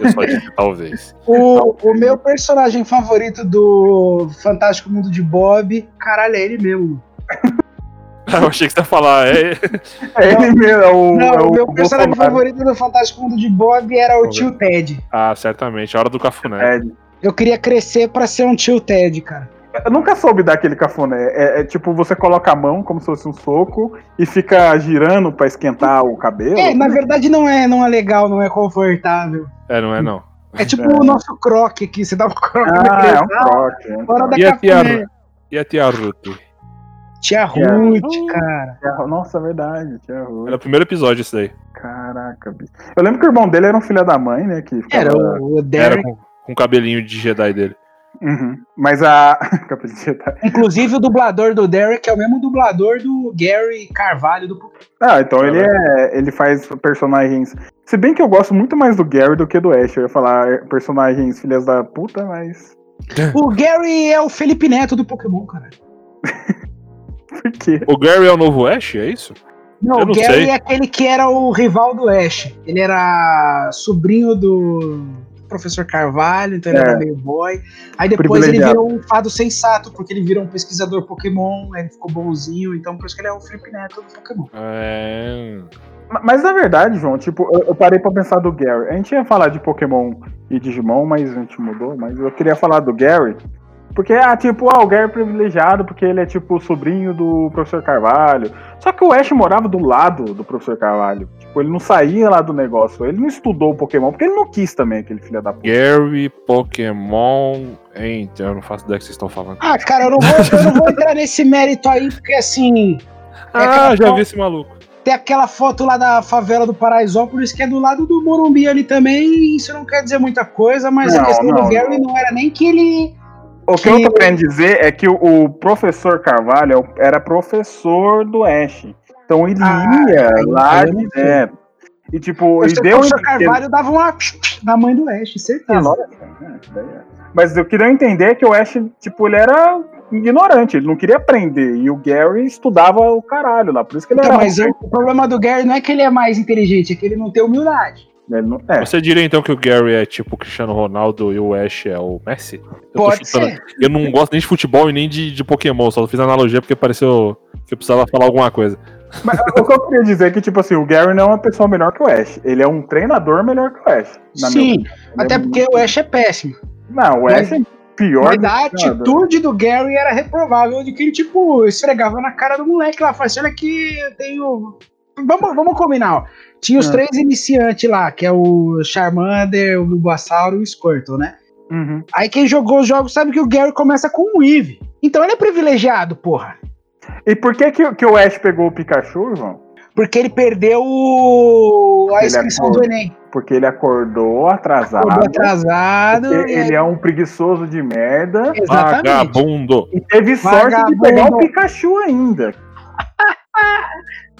Speaker 3: Eu só digo, talvez.
Speaker 2: O, o meu personagem favorito do Fantástico Mundo de Bob, caralho, é ele mesmo.
Speaker 3: Eu achei que você ia falar, é.
Speaker 1: É ele mesmo, é o,
Speaker 2: Não,
Speaker 1: é
Speaker 2: o
Speaker 1: o
Speaker 2: meu personagem
Speaker 1: Bolsonaro.
Speaker 2: favorito do Fantástico Mundo de Bob era o
Speaker 3: Qual
Speaker 2: tio Ted.
Speaker 3: Ah, certamente. A hora do cafuné.
Speaker 1: É,
Speaker 2: Eu queria crescer pra ser um tio Ted, cara.
Speaker 1: eu nunca soube daquele cafuné. É, é tipo, você coloca a mão como se fosse um soco e fica girando pra esquentar o cabelo.
Speaker 2: É, na verdade não é, não é legal, não é confortável.
Speaker 3: É, não é não.
Speaker 2: É tipo
Speaker 1: É.
Speaker 2: o nosso croque aqui, você dá um croque na
Speaker 1: Ah, é um
Speaker 2: criança,
Speaker 1: trote. é um
Speaker 2: fora da
Speaker 1: trote.
Speaker 3: E a tia,
Speaker 2: cafuné.
Speaker 3: Ru- e a tia Ruth?
Speaker 2: Tia Ruth, cara.
Speaker 1: Nossa, é verdade. Tia Ruth.
Speaker 3: Era o primeiro episódio isso daí.
Speaker 1: Caraca, bicho. Eu lembro que o irmão dele era um filho da mãe, né? Que ficava-
Speaker 2: Era o, o
Speaker 3: Era
Speaker 2: Derek.
Speaker 3: com, com o cabelinho de Jedi dele.
Speaker 1: Uhum. Mas a. Capaz de citar.
Speaker 2: Inclusive o dublador do Derek é o mesmo dublador do Gary Carvalho do
Speaker 1: Ah, então ele, é, ele faz personagens. Se bem que eu gosto muito mais do Gary do que do Ash. Eu ia falar é, personagens filhas da puta, mas.
Speaker 2: O Gary é o Felipe Neto do Pokémon, cara.
Speaker 1: Por quê?
Speaker 3: O Gary é o novo Ash, é isso?
Speaker 2: Não,
Speaker 3: Eu
Speaker 2: o
Speaker 3: não
Speaker 2: Gary
Speaker 3: sei.
Speaker 2: é aquele que era o rival do Ash. Ele era sobrinho do professor Carvalho, então ele
Speaker 1: É.
Speaker 2: era meio boy. Aí depois ele
Speaker 1: Privilegiado.
Speaker 2: virou um fado sensato, porque ele virou um pesquisador Pokémon, aí ele ficou bonzinho, então por isso que ele é o Felipe Neto do Pokémon.
Speaker 3: É...
Speaker 1: Ma- Mas na verdade, João, tipo, eu, eu parei pra pensar do Gary. A gente ia falar de Pokémon e Digimon, mas a gente mudou. Mas eu queria falar do Gary. Porque, ah, tipo, ah, o Gary é privilegiado porque ele é, tipo, sobrinho do professor Carvalho. Só que o Ash morava do lado do professor Carvalho. Tipo, ele não saía lá do negócio. Ele não estudou o Pokémon porque ele não quis também, aquele filho da puta.
Speaker 3: Gary, Pokémon. Eita, eu não faço ideia do que vocês estão falando.
Speaker 2: Ah, cara, eu não vou, eu não vou entrar nesse mérito aí, porque assim,
Speaker 3: Ah,
Speaker 2: aquela
Speaker 3: já
Speaker 2: foto-
Speaker 3: vi esse maluco.
Speaker 2: tem aquela foto lá da favela do Paraisópolis, que é do lado do Morumbi ali também, isso não quer dizer muita coisa, mas a
Speaker 1: Não,
Speaker 2: questão do
Speaker 1: não,
Speaker 2: Gary não era nem que ele
Speaker 1: O que, eu
Speaker 2: que-
Speaker 1: tô querendo dizer é que o, o professor Carvalho é o- era professor do Ash. Então ele
Speaker 2: Ah,
Speaker 1: ia
Speaker 2: aí-
Speaker 1: lá
Speaker 2: aí eu não sei.
Speaker 1: direto. E tipo,
Speaker 2: O
Speaker 1: e deu
Speaker 2: Sr.
Speaker 1: a entender-
Speaker 2: Carvalho dava uma na mãe do Ash, certeza.
Speaker 1: Ah, lógico, né? Isso daí é. Mas eu queria entender é que o Ash, tipo, ele era ignorante, ele não queria aprender. E o Gary estudava o caralho lá. Por isso que ele
Speaker 2: Então,
Speaker 1: era.
Speaker 2: mas o o problema do Gary não é que ele é mais inteligente, é que ele não tem humildade.
Speaker 1: Ele não- é.
Speaker 3: Você diria então que o Gary é tipo o Cristiano Ronaldo e o Ash é o Messi? Eu tô
Speaker 2: Pode
Speaker 3: chutando.
Speaker 2: ser.
Speaker 3: Eu não gosto nem de futebol e nem de, de Pokémon, só fiz analogia porque pareceu que eu precisava falar alguma coisa.
Speaker 1: Mas o que eu queria dizer é que, tipo assim, o Gary não é uma pessoa melhor que o Ash. Ele é um treinador melhor que o Ash. na minha
Speaker 2: Sim,
Speaker 1: opinião. Ele
Speaker 2: até
Speaker 1: é
Speaker 2: porque
Speaker 1: muito-
Speaker 2: o Ash é péssimo.
Speaker 1: Não, o Ash é pior.
Speaker 2: Mas
Speaker 1: que
Speaker 2: a
Speaker 1: o treinador.
Speaker 2: atitude do Gary era reprovável, de que ele, tipo, esfregava na cara do moleque lá, falando assim, olha que eu tenho... Vamos, vamos combinar, ó. Tinha os
Speaker 1: Ah.
Speaker 2: três iniciantes lá, que é o Charmander, o Bulbasauro e o Squirtle, né?
Speaker 1: Uhum.
Speaker 2: Aí quem jogou os jogos sabe que o Gary começa com o Eevee. Então ele é privilegiado, porra.
Speaker 1: E por que, que, que o Ash pegou o Pikachu, João?
Speaker 2: Porque ele perdeu o- a
Speaker 1: Ele
Speaker 2: inscrição
Speaker 1: acordou
Speaker 2: do Enem.
Speaker 1: Porque ele acordou atrasado.
Speaker 2: Acordou atrasado. né?
Speaker 1: Ele,
Speaker 2: e aí-
Speaker 1: ele é um preguiçoso de merda.
Speaker 2: Exatamente.
Speaker 3: Vagabundo!
Speaker 1: E teve sorte de
Speaker 2: Vagabundo.
Speaker 1: pegar o Pikachu ainda.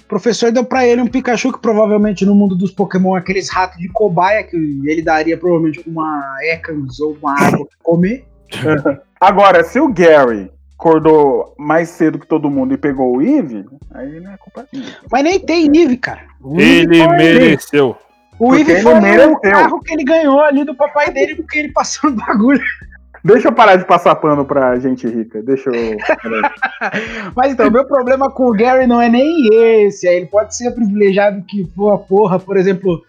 Speaker 2: O professor deu pra ele um Pikachu que provavelmente no mundo dos Pokémon é aqueles ratos de cobaia que ele daria provavelmente pra uma Ekans ou uma água pra comer.
Speaker 1: Agora, se o Gary acordou mais cedo que todo mundo e pegou o Eve, aí não é culpa minha.
Speaker 2: Mas nem tem Eve, cara. O Eevee
Speaker 3: Ele
Speaker 2: foi-
Speaker 3: mereceu.
Speaker 2: O
Speaker 1: porque
Speaker 2: Eve
Speaker 1: ele
Speaker 2: foi
Speaker 1: mereceu.
Speaker 2: o carro que ele ganhou ali do papai dele porque ele passou no bagulho.
Speaker 1: Deixa eu parar de passar pano pra gente rica. Deixa eu.
Speaker 2: Mas então, meu problema com o Gary não é nem esse. É, Ele pode ser privilegiado que for a porra, por exemplo,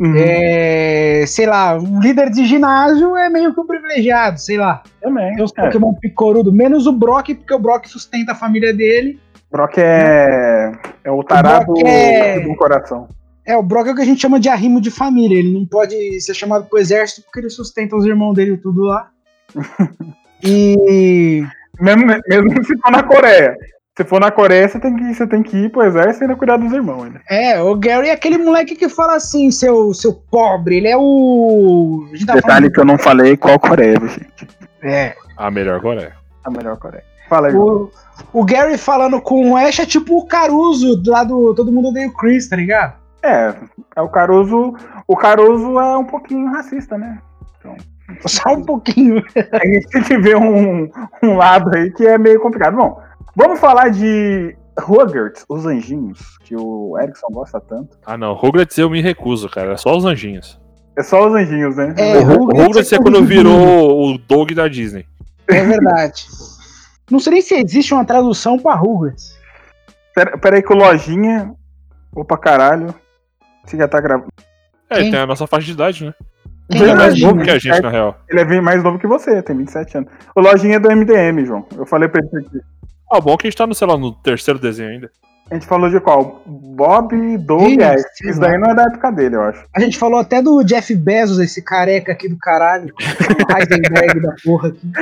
Speaker 1: Uhum,
Speaker 2: É, sei lá, um líder de ginásio é meio que um privilegiado, sei lá.
Speaker 1: Também.
Speaker 2: Tem uns
Speaker 1: É,
Speaker 2: Pokémon picorudo, menos o Brock, porque o Brock sustenta a família dele.
Speaker 1: Brock é. É o tarado
Speaker 2: O Brock é-
Speaker 1: do coração.
Speaker 2: É, o Brock é o que a gente chama de arrimo de família. Ele não pode ser chamado pro exército porque ele sustenta os irmãos dele tudo lá. e.
Speaker 1: Mesmo, mesmo se for na Coreia. Se for na Coreia, você tem que, você tem que ir pro exército e ainda cuidar dos irmãos né? ainda.
Speaker 2: É, o Gary é aquele moleque que fala assim, seu, seu pobre. Ele é o. A gente tá falando.
Speaker 1: que eu não falei qual Coreia, gente.
Speaker 2: É,
Speaker 3: A melhor agora é.
Speaker 1: A melhor Coreia. Fala aí.
Speaker 2: O, o Gary falando com o Ash é tipo o Caruso lá do Todo Mundo Odeia o Chris, tá ligado?
Speaker 1: É, é o Caruso. O Caruso é um pouquinho racista, né?
Speaker 2: Só um pouquinho.
Speaker 1: A gente tem que ver um, um lado aí que é meio complicado. Bom, vamos falar de Rugrats, os anjinhos, que o Erickson gosta tanto.
Speaker 3: Ah não, Rugrats eu me recuso, cara. É só os anjinhos.
Speaker 1: É só os anjinhos, né?
Speaker 2: É, um
Speaker 3: O Rugrats é quando virou o Dog da Disney.
Speaker 2: É verdade. Não sei nem se existe uma tradução pra Rugrats.
Speaker 1: Pera, pera aí que o Lojinha. Opa, caralho. Você já tá gravando.
Speaker 3: É, ele
Speaker 2: Quem?
Speaker 3: tem a nossa faixa de idade, né?
Speaker 2: Quem
Speaker 3: Ele é
Speaker 2: é
Speaker 3: mais
Speaker 2: Lojinha?
Speaker 3: novo que a gente, na real.
Speaker 1: Ele é bem mais novo que você, tem 27 anos. O Lojinha é do MDM, João. Eu falei pra ele aqui.
Speaker 3: Ah, bom que a gente tá no, sei lá, no terceiro desenho ainda.
Speaker 1: A gente falou de qual? Bob, Doug,
Speaker 2: Ih,
Speaker 1: é,
Speaker 2: sei
Speaker 1: Isso
Speaker 2: lá.
Speaker 1: daí não é da época dele, eu acho.
Speaker 2: A gente falou até do Jeff Bezos, esse careca aqui do caralho. o Heisenberg da porra aqui.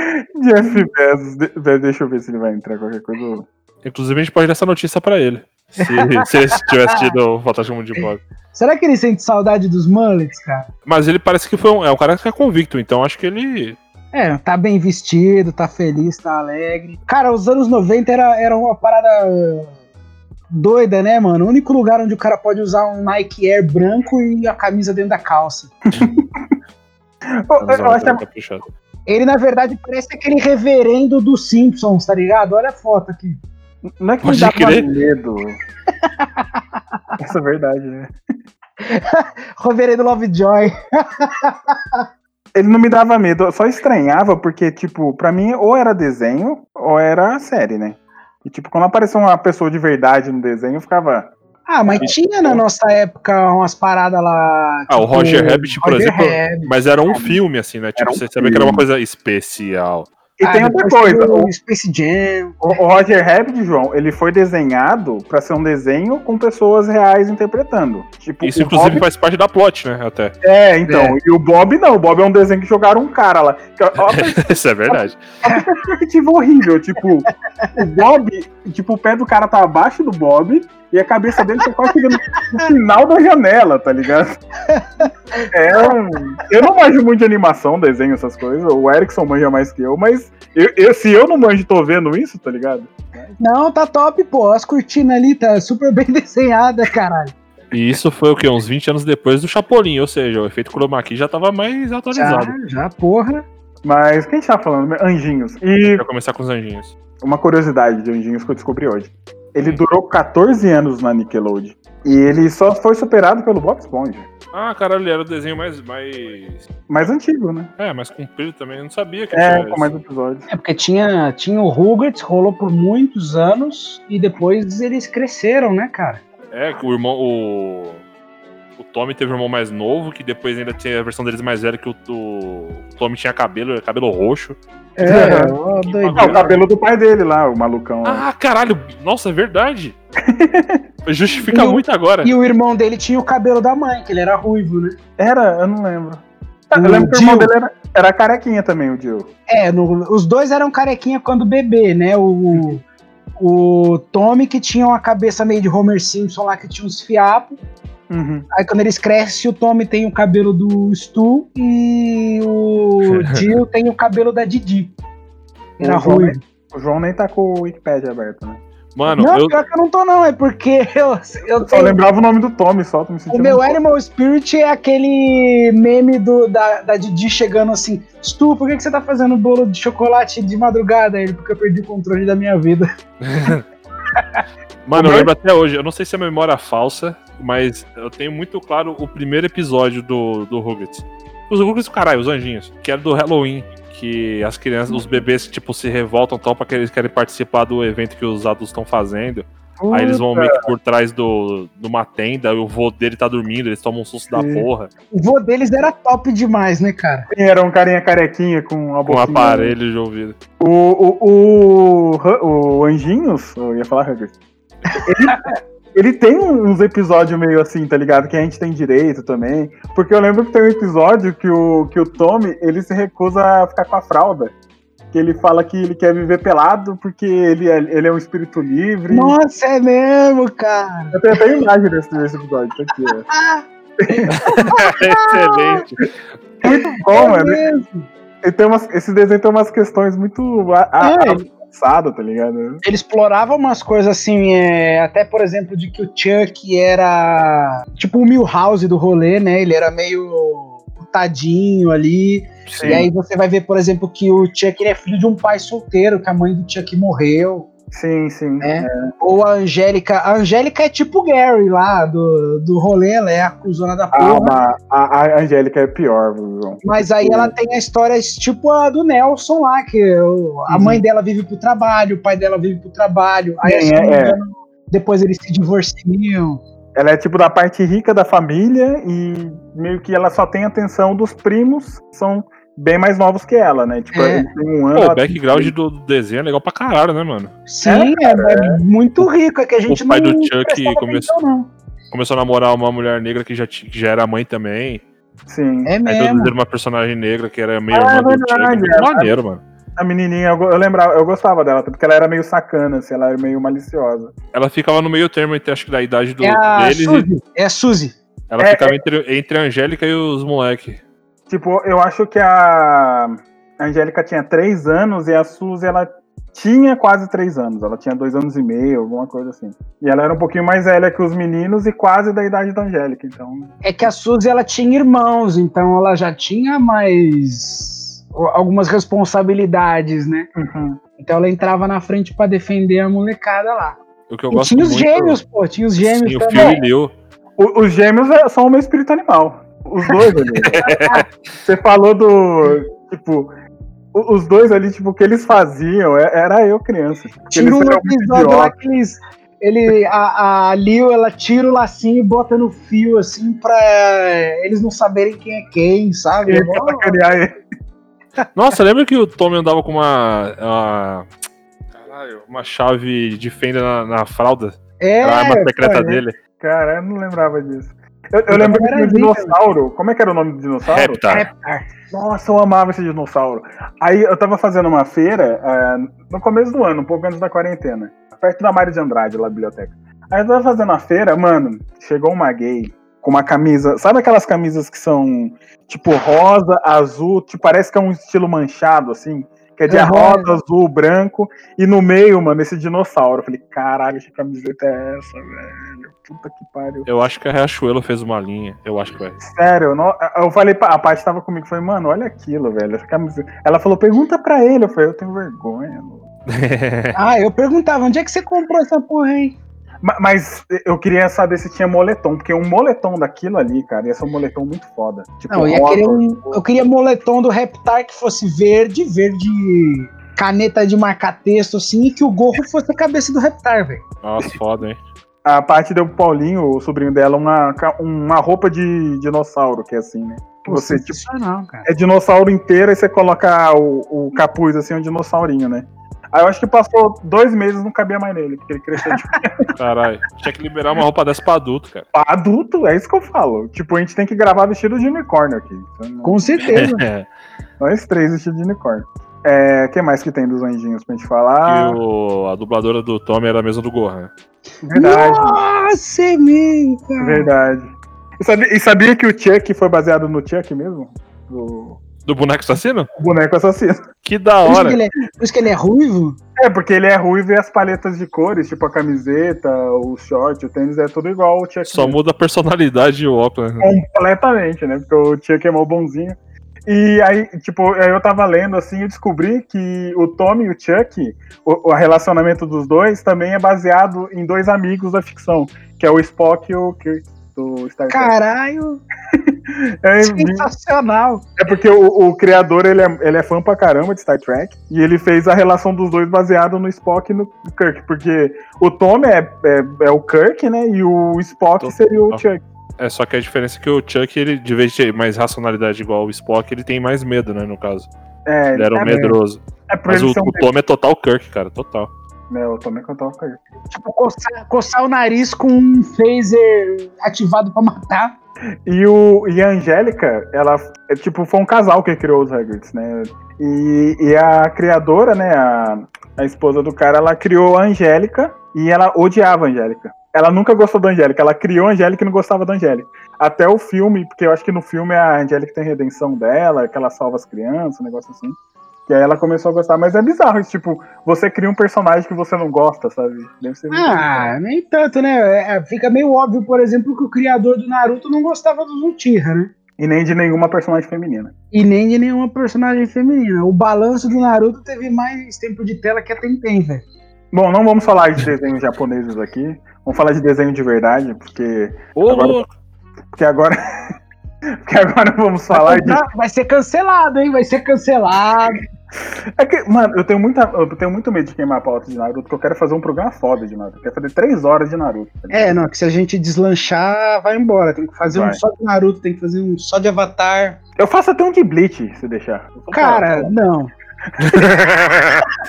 Speaker 1: Jeff Bezos. de- Deixa eu ver se ele vai entrar qualquer coisa.
Speaker 3: Inclusive, a gente pode dar essa notícia pra ele. Se, se ele tivesse tido o Fantástico Mundo de Bob.
Speaker 2: Será que ele sente saudade dos mullets, cara?
Speaker 3: Mas ele parece que foi um. É um cara que é convicto, então acho que ele.
Speaker 2: É, tá bem vestido, tá feliz, tá alegre. Cara, os anos 90 era, era uma parada eh, doida, né, mano? O único lugar onde o cara pode usar um Nike Air branco e a camisa dentro da calça.
Speaker 1: Eu, eu- eu acho é
Speaker 3: tá puxado.
Speaker 2: Ele, na verdade, parece aquele reverendo dos Simpsons, tá ligado? Olha a foto aqui.
Speaker 1: Não é que
Speaker 3: Pode
Speaker 1: me dá
Speaker 3: crer.
Speaker 1: medo. Essa é verdade, né?
Speaker 2: Reverendo Lovejoy.
Speaker 1: Ele não me dava medo, eu só estranhava, porque, tipo, pra mim, ou era desenho, ou era série, né? E, tipo, quando apareceu uma pessoa de verdade no desenho, eu ficava.
Speaker 2: Ah, mas tinha na nossa época umas paradas lá.
Speaker 3: Ah, o
Speaker 2: tipo,
Speaker 3: Roger Rabbit, por
Speaker 2: Roger
Speaker 3: exemplo.
Speaker 2: Rabbit.
Speaker 3: Mas era um filme, assim, né?
Speaker 1: Era
Speaker 3: Tipo,
Speaker 1: um
Speaker 3: você sabia que era uma coisa especial.
Speaker 1: E
Speaker 2: Ah,
Speaker 1: tem outra
Speaker 2: depois
Speaker 1: coisa,
Speaker 2: teve
Speaker 1: o-
Speaker 2: o Space Jam.
Speaker 1: O o Roger Rabbit, João, ele foi desenhado pra ser um desenho com pessoas reais interpretando. Tipo,
Speaker 3: Isso,
Speaker 1: o
Speaker 3: inclusive,
Speaker 1: Bob-
Speaker 3: faz parte da plot, né? Até.
Speaker 1: É, então. E o Bob não. O Bob é um desenho que jogaram um cara lá. Que- ó a pers-
Speaker 3: Isso é verdade.
Speaker 1: perspectiva horrível. Tipo, o Bob, tipo, o pé do cara tá abaixo do Bob e a cabeça dele tá quase chegando no final da janela, tá ligado? É um- Eu não manjo muito de animação, desenho, essas coisas. O Erickson manja mais que eu, mas eu, eu- se eu não manjo, tô vendo isso, tá ligado?
Speaker 2: Não, tá top, pô. As cortinas ali tá super bem desenhada, caralho.
Speaker 3: E isso foi o quê? Uns 20 anos depois do Chapolin, ou seja, o efeito chroma key já tava mais
Speaker 2: Já,
Speaker 3: atualizado.
Speaker 2: já, porra.
Speaker 1: Mas quem tá falando? Anjinhos. E
Speaker 3: Pra começar com os anjinhos.
Speaker 1: uma curiosidade de Anjinhos que eu descobri hoje. Ele durou 14 anos na Nickelodeon. E ele só foi superado pelo Bob Esponja.
Speaker 3: Ah, caralho, era o desenho mais. mais...
Speaker 1: Mais antigo, né?
Speaker 3: É, mais comprido também. Eu não sabia que
Speaker 1: É,
Speaker 3: tinha
Speaker 1: com
Speaker 3: isso.
Speaker 1: mais episódios.
Speaker 2: É porque tinha, tinha o Rugrats, rolou por muitos anos e depois eles cresceram, né, cara?
Speaker 3: É, que o irmão. O, o Tommy teve um irmão mais novo, que depois ainda tinha a versão deles mais velha, que o, o Tommy tinha cabelo, era cabelo roxo.
Speaker 1: É.
Speaker 2: ó,
Speaker 1: É, o
Speaker 2: doideira.
Speaker 1: cabelo do pai dele lá, o malucão. lá.
Speaker 3: Ah, caralho! Nossa, é verdade! Justifica
Speaker 2: E o-
Speaker 3: muito agora.
Speaker 2: E o irmão dele tinha o cabelo da mãe, que ele era ruivo, né?
Speaker 1: Era? Eu não lembro.
Speaker 2: Ah, O
Speaker 1: eu lembro que o irmão
Speaker 2: Jill.
Speaker 1: dele era, era carequinha também, o Jill.
Speaker 2: É, no- os dois eram carequinha quando bebê, né? O, o Tommy, que tinha uma cabeça meio de Homer Simpson lá, que tinha uns fiapos.
Speaker 1: Uhum.
Speaker 2: Aí quando eles crescem, o Tommy tem o cabelo do Stu e o Jill tem o cabelo da Didi. Era
Speaker 1: O João,
Speaker 2: ruim.
Speaker 1: nem- o João nem tá com o Wikipedia aberto, né?
Speaker 3: Mano,
Speaker 2: Não,
Speaker 3: eu,
Speaker 2: pior que eu não tô, não. É porque eu, eu
Speaker 1: Só
Speaker 2: tenho-
Speaker 1: lembrava o nome do Tommy, só tô me
Speaker 2: O
Speaker 1: sentindo.
Speaker 2: meu Animal Spirit é aquele meme do, da, da Didi chegando assim: Stu, por que, que você tá fazendo bolo de chocolate de madrugada? Ele, porque eu perdi o controle da minha vida.
Speaker 3: mano,
Speaker 1: Como
Speaker 3: eu
Speaker 1: é?
Speaker 3: lembro até hoje. Eu não sei se é memória falsa, mas eu tenho muito claro o primeiro episódio do, do Rugrats. Os Rugrats, caralho, os anjinhos, que era do Halloween. Que as crianças, os bebês, tipo, se revoltam tal pra que eles querem participar do evento que os adultos estão fazendo. Aí eles vão meio que por trás do, de uma tenda, o vô dele tá dormindo, eles tomam um susto da
Speaker 1: Sim.
Speaker 3: porra,
Speaker 2: O vô deles era top demais, né, cara?
Speaker 1: Sim, Era um carinha carequinha com uma
Speaker 3: com um
Speaker 1: boquinha.
Speaker 3: aparelho de ouvido.
Speaker 1: O, o, o, Ran- o Anjinhos, eu ia falar Huggers. Ele, ele tem uns episódios meio assim, tá ligado? Que a gente tem direito também. Porque eu lembro que tem um episódio que o, que o Tommy, ele se recusa a ficar com a fralda. Que ele fala que ele quer viver pelado porque ele é, ele é um espírito livre.
Speaker 2: Nossa, é mesmo, cara. Ah,
Speaker 1: Eu tenho até imagem desse, desse episódio, tá aqui, ó.
Speaker 3: É Excelente.
Speaker 1: Muito bom,
Speaker 2: é
Speaker 1: mano.
Speaker 2: mesmo.
Speaker 1: Ele tem umas, esse desenho tem umas questões muito a- a-
Speaker 2: É.
Speaker 1: avançadas, tá ligado?
Speaker 2: Ele explorava umas coisas assim, é, até por exemplo, de que o Chuck era tipo o Milhouse do rolê, né? Ele era meio tadinho ali. E aí você vai ver, por exemplo, que o Chuck ele é filho de um pai solteiro, que a mãe do Chuck morreu.
Speaker 1: Sim, sim.
Speaker 2: É. Ou a Angélica. A Angélica é tipo o Gary lá do, do rolê, ela é a cuzona da porra.
Speaker 1: Ah, mas a, a Angélica é pior, viu, João.
Speaker 2: Mas aí ela tem a história tipo a do Nelson lá, que o- a
Speaker 1: Uhum.
Speaker 2: mãe dela vive pro trabalho, o pai dela vive pro trabalho. Aí,
Speaker 1: Sim,
Speaker 2: se não me
Speaker 1: é, é.
Speaker 2: engano, depois eles se divorciam.
Speaker 1: Ela é tipo da parte rica da família e meio que ela só tem atenção dos primos, que são bem mais novos que ela, né? Tipo,
Speaker 2: É.
Speaker 1: eles têm um
Speaker 3: Pô,
Speaker 1: ano.
Speaker 3: o
Speaker 1: ela-
Speaker 3: background do do desenho é legal pra caralho, né, mano?
Speaker 2: Sim, é, é muito rico, é que a gente
Speaker 3: O pai
Speaker 2: não
Speaker 3: do Chuck
Speaker 2: prestava
Speaker 3: começou-
Speaker 2: atenção, não.
Speaker 3: Começou a namorar uma mulher negra que já, ti- que já era mãe também.
Speaker 1: Sim.
Speaker 2: É
Speaker 3: Aí
Speaker 2: mesmo.
Speaker 3: introduziram uma personagem negra que era meio
Speaker 1: Ah,
Speaker 3: irmã
Speaker 1: é
Speaker 3: do Chuck.
Speaker 1: verdade,
Speaker 3: Muito
Speaker 1: é.
Speaker 3: maneiro, mano.
Speaker 1: A menininha, eu, go- eu lembrava, eu gostava dela, porque ela era meio sacana, assim, ela era meio maliciosa.
Speaker 3: Ela ficava no meio termo entre, acho que, da idade do,
Speaker 2: É a
Speaker 3: deles. E
Speaker 2: Suzy. É a Suzy.
Speaker 3: ela
Speaker 1: É,
Speaker 3: ficava Entre, entre a Angélica e os moleque.
Speaker 1: Tipo, eu acho que a a Angélica tinha três anos e a Suzy, ela tinha quase três anos. Ela tinha dois anos e meio, alguma coisa assim. E ela era um pouquinho mais velha que os meninos e quase da idade da Angélica, então.
Speaker 2: É que a Suzy ela tinha irmãos, então ela já tinha mais o- algumas responsabilidades, né?
Speaker 1: Uhum.
Speaker 2: Então ela entrava na frente pra defender a molecada lá.
Speaker 3: O que eu
Speaker 2: E
Speaker 3: gosto
Speaker 2: tinha os
Speaker 3: muito.
Speaker 2: gêmeos, pô. Tinha os gêmeos
Speaker 3: Sim, o
Speaker 2: também.
Speaker 3: Phil e Leo.
Speaker 1: O- os gêmeos é- são o meu espírito animal. Os dois ali. Você falou do. Tipo. o- Os dois ali, tipo, o que eles faziam, é- era eu criança. Porque
Speaker 2: Tira
Speaker 1: eles
Speaker 2: um
Speaker 1: eram muito
Speaker 2: episódio lá
Speaker 1: idiotas.
Speaker 2: que eles. Ele, a, a Liu, ela tira o lacinho e bota no fio, assim, pra eh, eles não saberem quem é quem, sabe?
Speaker 1: Ele pra sacanear ele.
Speaker 3: Nossa, lembra que o Tommy andava com uma. uma... Caralho, uma chave de fenda na, na fralda?
Speaker 2: É,
Speaker 3: Era a arma secreta
Speaker 2: pô, né?
Speaker 3: dele.
Speaker 1: Cara, eu não lembrava disso. Eu, eu
Speaker 2: Não,
Speaker 1: lembro que
Speaker 2: Então, era né?
Speaker 1: tinha um
Speaker 2: horrível.
Speaker 1: dinossauro. Como é que era o nome do dinossauro?
Speaker 3: Reptar.
Speaker 2: Reptar.
Speaker 1: Nossa, eu amava esse dinossauro. Aí eu tava fazendo uma feira ah, no começo do ano, um pouco antes da quarentena, perto da Mário de Andrade, lá na biblioteca. Aí eu tava fazendo a feira, mano, chegou uma gay com uma camisa. Sabe aquelas camisas que são tipo rosa, azul, tipo, parece que é um estilo manchado, assim? Que é de
Speaker 2: Uhum.
Speaker 1: rosa, azul, branco, e no meio, mano, esse dinossauro. Eu falei, caralho, que camiseta é essa, velho? Puta que pariu.
Speaker 3: Eu acho que a Riachuelo fez uma linha. Eu acho que é.
Speaker 1: Sério, eu não- eu falei, pra- a Paty tava comigo, falei, mano, olha aquilo, velho. essa camisa. Ela falou, pergunta pra ele. Eu falei, eu tenho vergonha. mano.
Speaker 2: Ah, eu perguntava, onde é que você comprou essa porra, hein?
Speaker 1: Ma- Mas eu queria saber se tinha moletom, porque um moletom daquilo ali, cara, ia ser um moletom muito foda. Tipo,
Speaker 2: Não, eu, ia
Speaker 1: rosa,
Speaker 2: querer um, eu queria moletom do Reptar que fosse verde, verde caneta de marcar texto, assim, e que o gorro fosse a cabeça do Reptar, velho.
Speaker 3: Nossa, foda, hein?
Speaker 1: A Paty deu pro Paulinho, o sobrinho dela, uma, ca- uma roupa de dinossauro, que é assim, né? Que você, tipo,
Speaker 2: Sensacional, cara.
Speaker 1: é dinossauro inteiro, aí você coloca o, o capuz, assim, um dinossaurinho, né? Aí eu acho que passou dois meses, não cabia mais nele, porque ele cresceu de
Speaker 3: Caralho. Tinha que liberar uma roupa dessa pra adulto, cara.
Speaker 1: Pra adulto, é isso que eu falo. Tipo, a gente tem que gravar vestido de unicórnio aqui. Então,
Speaker 2: Com certeza.
Speaker 3: É.
Speaker 1: Nós três vestidos de unicórnio. É, que mais que tem dos anjinhos pra gente falar?
Speaker 3: Que o- a dubladora do Tommy era a mesma do Gohan.
Speaker 1: Verdade,
Speaker 2: Nossa, é mesmo, cara.
Speaker 1: verdade. E sabia, e sabia que o Chuck foi baseado no Chuck mesmo? Do
Speaker 3: Do boneco assassino?
Speaker 1: boneco assassino.
Speaker 3: Que da
Speaker 2: Por isso, que
Speaker 3: hora.
Speaker 2: ele é, por isso que ele é ruivo?
Speaker 1: É, porque ele é ruivo e as paletas de cores, tipo a camiseta, o short, o tênis, é tudo igual ao Chuck.
Speaker 3: Só
Speaker 1: mesmo.
Speaker 3: muda a personalidade e o óculos. né?
Speaker 1: Completamente, né? Porque o Chuck é mó bonzinho. E aí, tipo, aí eu tava lendo assim e descobri que o Tommy e o Chuck, o, o relacionamento dos dois, também é baseado em dois amigos da ficção, que é o Spock e o Kirk do Star Trek.
Speaker 2: Caralho,
Speaker 1: É,
Speaker 2: sensacional.
Speaker 1: é porque o, o criador, ele é, ele é fã pra caramba de Star Trek, e ele fez a relação dos dois baseado no Spock e no Kirk, porque o Tommy é, é, é o Kirk, né, e o Spock
Speaker 3: Tô-
Speaker 1: seria o
Speaker 3: tô-
Speaker 1: Chuck.
Speaker 3: É só que a diferença é que o Chuck, ele, de vez de ter mais racionalidade igual o Spock, ele tem mais medo, né? No caso.
Speaker 1: É,
Speaker 3: Ele era um
Speaker 1: é,
Speaker 3: medroso.
Speaker 1: é por
Speaker 3: Mas
Speaker 1: ele
Speaker 3: o,
Speaker 1: ser um...
Speaker 3: o Tommy é total Kirk, cara. Total.
Speaker 1: Né, o Tommy cantou o Kirk.
Speaker 2: Tipo, coçar, coçar o nariz com um phaser ativado pra matar.
Speaker 1: E, o, e a Angélica, ela, é, tipo, foi um casal que criou os Hagrids, né? E, e a criadora, né, a, a esposa do cara, ela criou a Angélica e ela odiava a Angélica. Ela nunca gostou da Angélica, ela criou a Angélica e não gostava da Angélica. Até o filme, porque eu acho que no filme a Angélica tem redenção dela, que ela salva as crianças, um negócio assim. E aí ela começou a gostar, mas é bizarro, isso, tipo, você cria um personagem que você não gosta, sabe? Deve ser muito
Speaker 2: Ah, nem tanto, né? É, fica meio óbvio, por exemplo, que o criador do Naruto não gostava do Uchiha, né?
Speaker 1: E nem de nenhuma personagem feminina.
Speaker 2: E nem de nenhuma personagem feminina. O balanço do Naruto teve mais tempo de tela que a Tenten, velho.
Speaker 1: Bom, não vamos falar de desenhos japoneses aqui. Vamos falar de desenho de verdade, porque,
Speaker 3: Ô,
Speaker 1: Agora-
Speaker 3: louco!
Speaker 1: porque agora. porque agora vamos falar de.
Speaker 2: Tá, Vai ser cancelado, hein? Vai ser cancelado.
Speaker 1: É que, mano, eu tenho, muita, eu tenho muito medo de queimar a pauta de Naruto, porque eu quero fazer um programa foda de Naruto. Eu quero fazer três horas de Naruto. tá ligado?
Speaker 2: É, não, que se a gente deslanchar, vai embora. Tem que fazer um
Speaker 1: Vai.
Speaker 2: só de Naruto, tem que fazer um só de Avatar.
Speaker 1: Eu faço até um de Bleach, se deixar. Eu vou
Speaker 2: Cara,
Speaker 1: falar.
Speaker 2: não.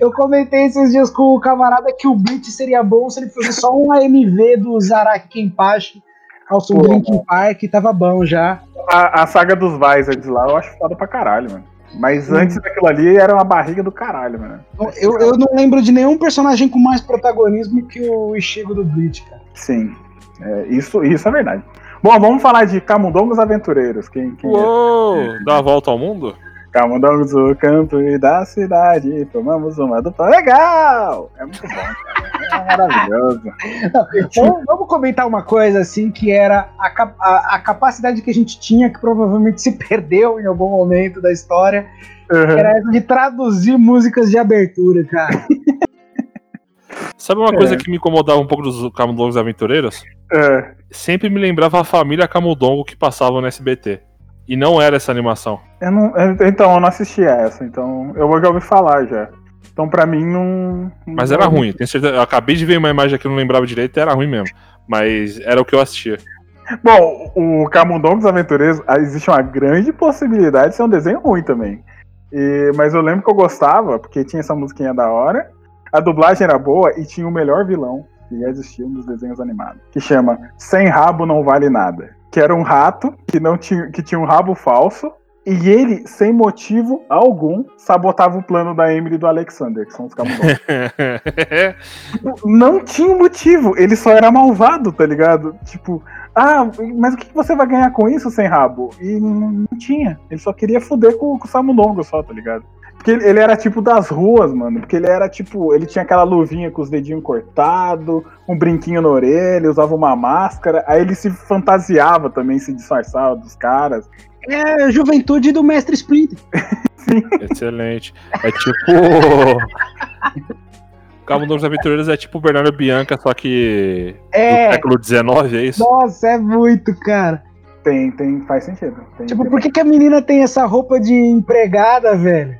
Speaker 2: Eu comentei esses dias com o camarada que o Bleach seria bom se ele fosse só um AMV do Zaraki Kenpachi ao som do
Speaker 1: Pô,
Speaker 2: Linkin Park, tava bom já.
Speaker 1: a, a saga dos Vizards lá eu acho foda pra caralho, mano. Mas
Speaker 2: Hum.
Speaker 1: antes daquilo ali era uma barriga do caralho, mano.
Speaker 2: Eu, eu não lembro de nenhum personagem com mais protagonismo que o Ishigo do Bleach, cara.
Speaker 1: Sim. É, isso, isso é verdade. Bom, vamos falar de Camundongos Aventureiros. Quem, quem é?
Speaker 3: Uou! Dá a volta ao mundo?
Speaker 1: Camundongos do campo e da cidade, tomamos uma dupla legal! É muito bom, cara. É maravilhoso.
Speaker 2: Vamos, Então, vamos comentar uma coisa assim que era a, cap- a- a capacidade que a gente tinha, que provavelmente se perdeu em algum momento da história,
Speaker 3: É.
Speaker 2: era essa de traduzir músicas de abertura, cara.
Speaker 3: Sabe uma
Speaker 1: É.
Speaker 3: coisa que me incomodava um pouco dos Camundongos Aventureiros?
Speaker 1: É.
Speaker 3: Sempre me lembrava a família Camundongo que passava no SBT. E não era essa animação.
Speaker 1: Eu não, eu- então, eu não assisti a essa, então eu já ouvi falar já. Então pra mim não.
Speaker 3: Mas era ruim, tenho certeza. Eu acabei de ver uma imagem aqui, eu não lembrava direito, era ruim mesmo. Mas era o que eu assistia.
Speaker 1: Bom, o Camundongos Aventureiros, ah, existe uma grande possibilidade de ser um desenho ruim também. E- mas eu lembro que eu gostava, porque tinha essa musiquinha da hora, a dublagem era boa e tinha o melhor vilão que já existia nos desenhos animados, que chama Sem Rabo Não Vale Nada, que era um rato que, não tinha, que tinha um rabo falso, e ele, sem motivo algum, sabotava o plano da Emily e do Alexander, que são os camundongos. Tipo, não tinha um motivo, ele só era malvado, tá ligado? Tipo, ah, mas o que que você vai ganhar com isso sem rabo? E não não tinha. Ele só queria foder com, com o Samundongo só, tá ligado? Porque ele, ele era tipo das ruas, mano. Porque ele era tipo, ele tinha aquela luvinha com os dedinhos cortados, um brinquinho na orelha, usava uma máscara. Aí ele se fantasiava também, se disfarçava dos caras.
Speaker 2: É a juventude do mestre Splinter.
Speaker 3: Excelente. É tipo. Camundongos Aventureiros é tipo o Bernardo Bianca, só que do
Speaker 2: É,
Speaker 3: século XIX, é isso?
Speaker 2: nossa, é muito, cara.
Speaker 1: Tem, tem, faz sentido. Tem-
Speaker 2: Tipo,
Speaker 1: tem-
Speaker 2: por que, que a menina tem essa roupa de empregada, velho?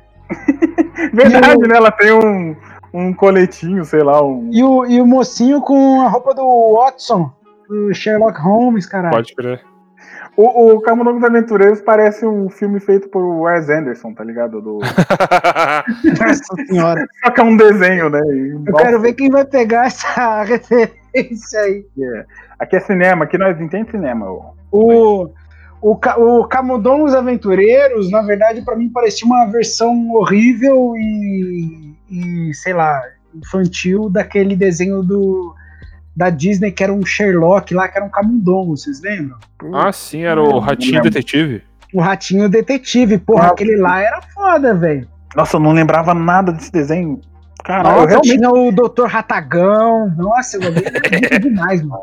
Speaker 1: Verdade, né? Ela tem um, um coletinho, sei lá, um.
Speaker 2: E o, e o mocinho com a roupa do Watson, do Sherlock Holmes, caralho.
Speaker 3: Pode crer.
Speaker 1: O, o Camundongos Aventureiros parece um filme feito por Wes Anderson, tá ligado? Do...
Speaker 2: Nossa senhora.
Speaker 1: Só que é um desenho, né? E-
Speaker 2: Eu quero ver quem vai pegar essa referência aí.
Speaker 1: É. Aqui é cinema, aqui nós entendemos cinema. ô.
Speaker 2: O, o, Ca- o Camundongos Aventureiros, na verdade, pra mim parecia uma versão horrível e, e, sei lá, infantil daquele desenho do da Disney que era um Sherlock lá, que era um camundongo, vocês lembram?
Speaker 3: ah, sim, era
Speaker 1: Hum.
Speaker 3: o Ratinho Detetive.
Speaker 2: O ratinho detetive, porra,
Speaker 1: Ah,
Speaker 2: aquele lá era foda, velho.
Speaker 1: Nossa, eu não lembrava nada desse desenho. Caralho, Ah, eu
Speaker 2: Nossa,
Speaker 1: realmente.
Speaker 2: tinha o Dr. Ratagão. Nossa, eu gostei demais, mano.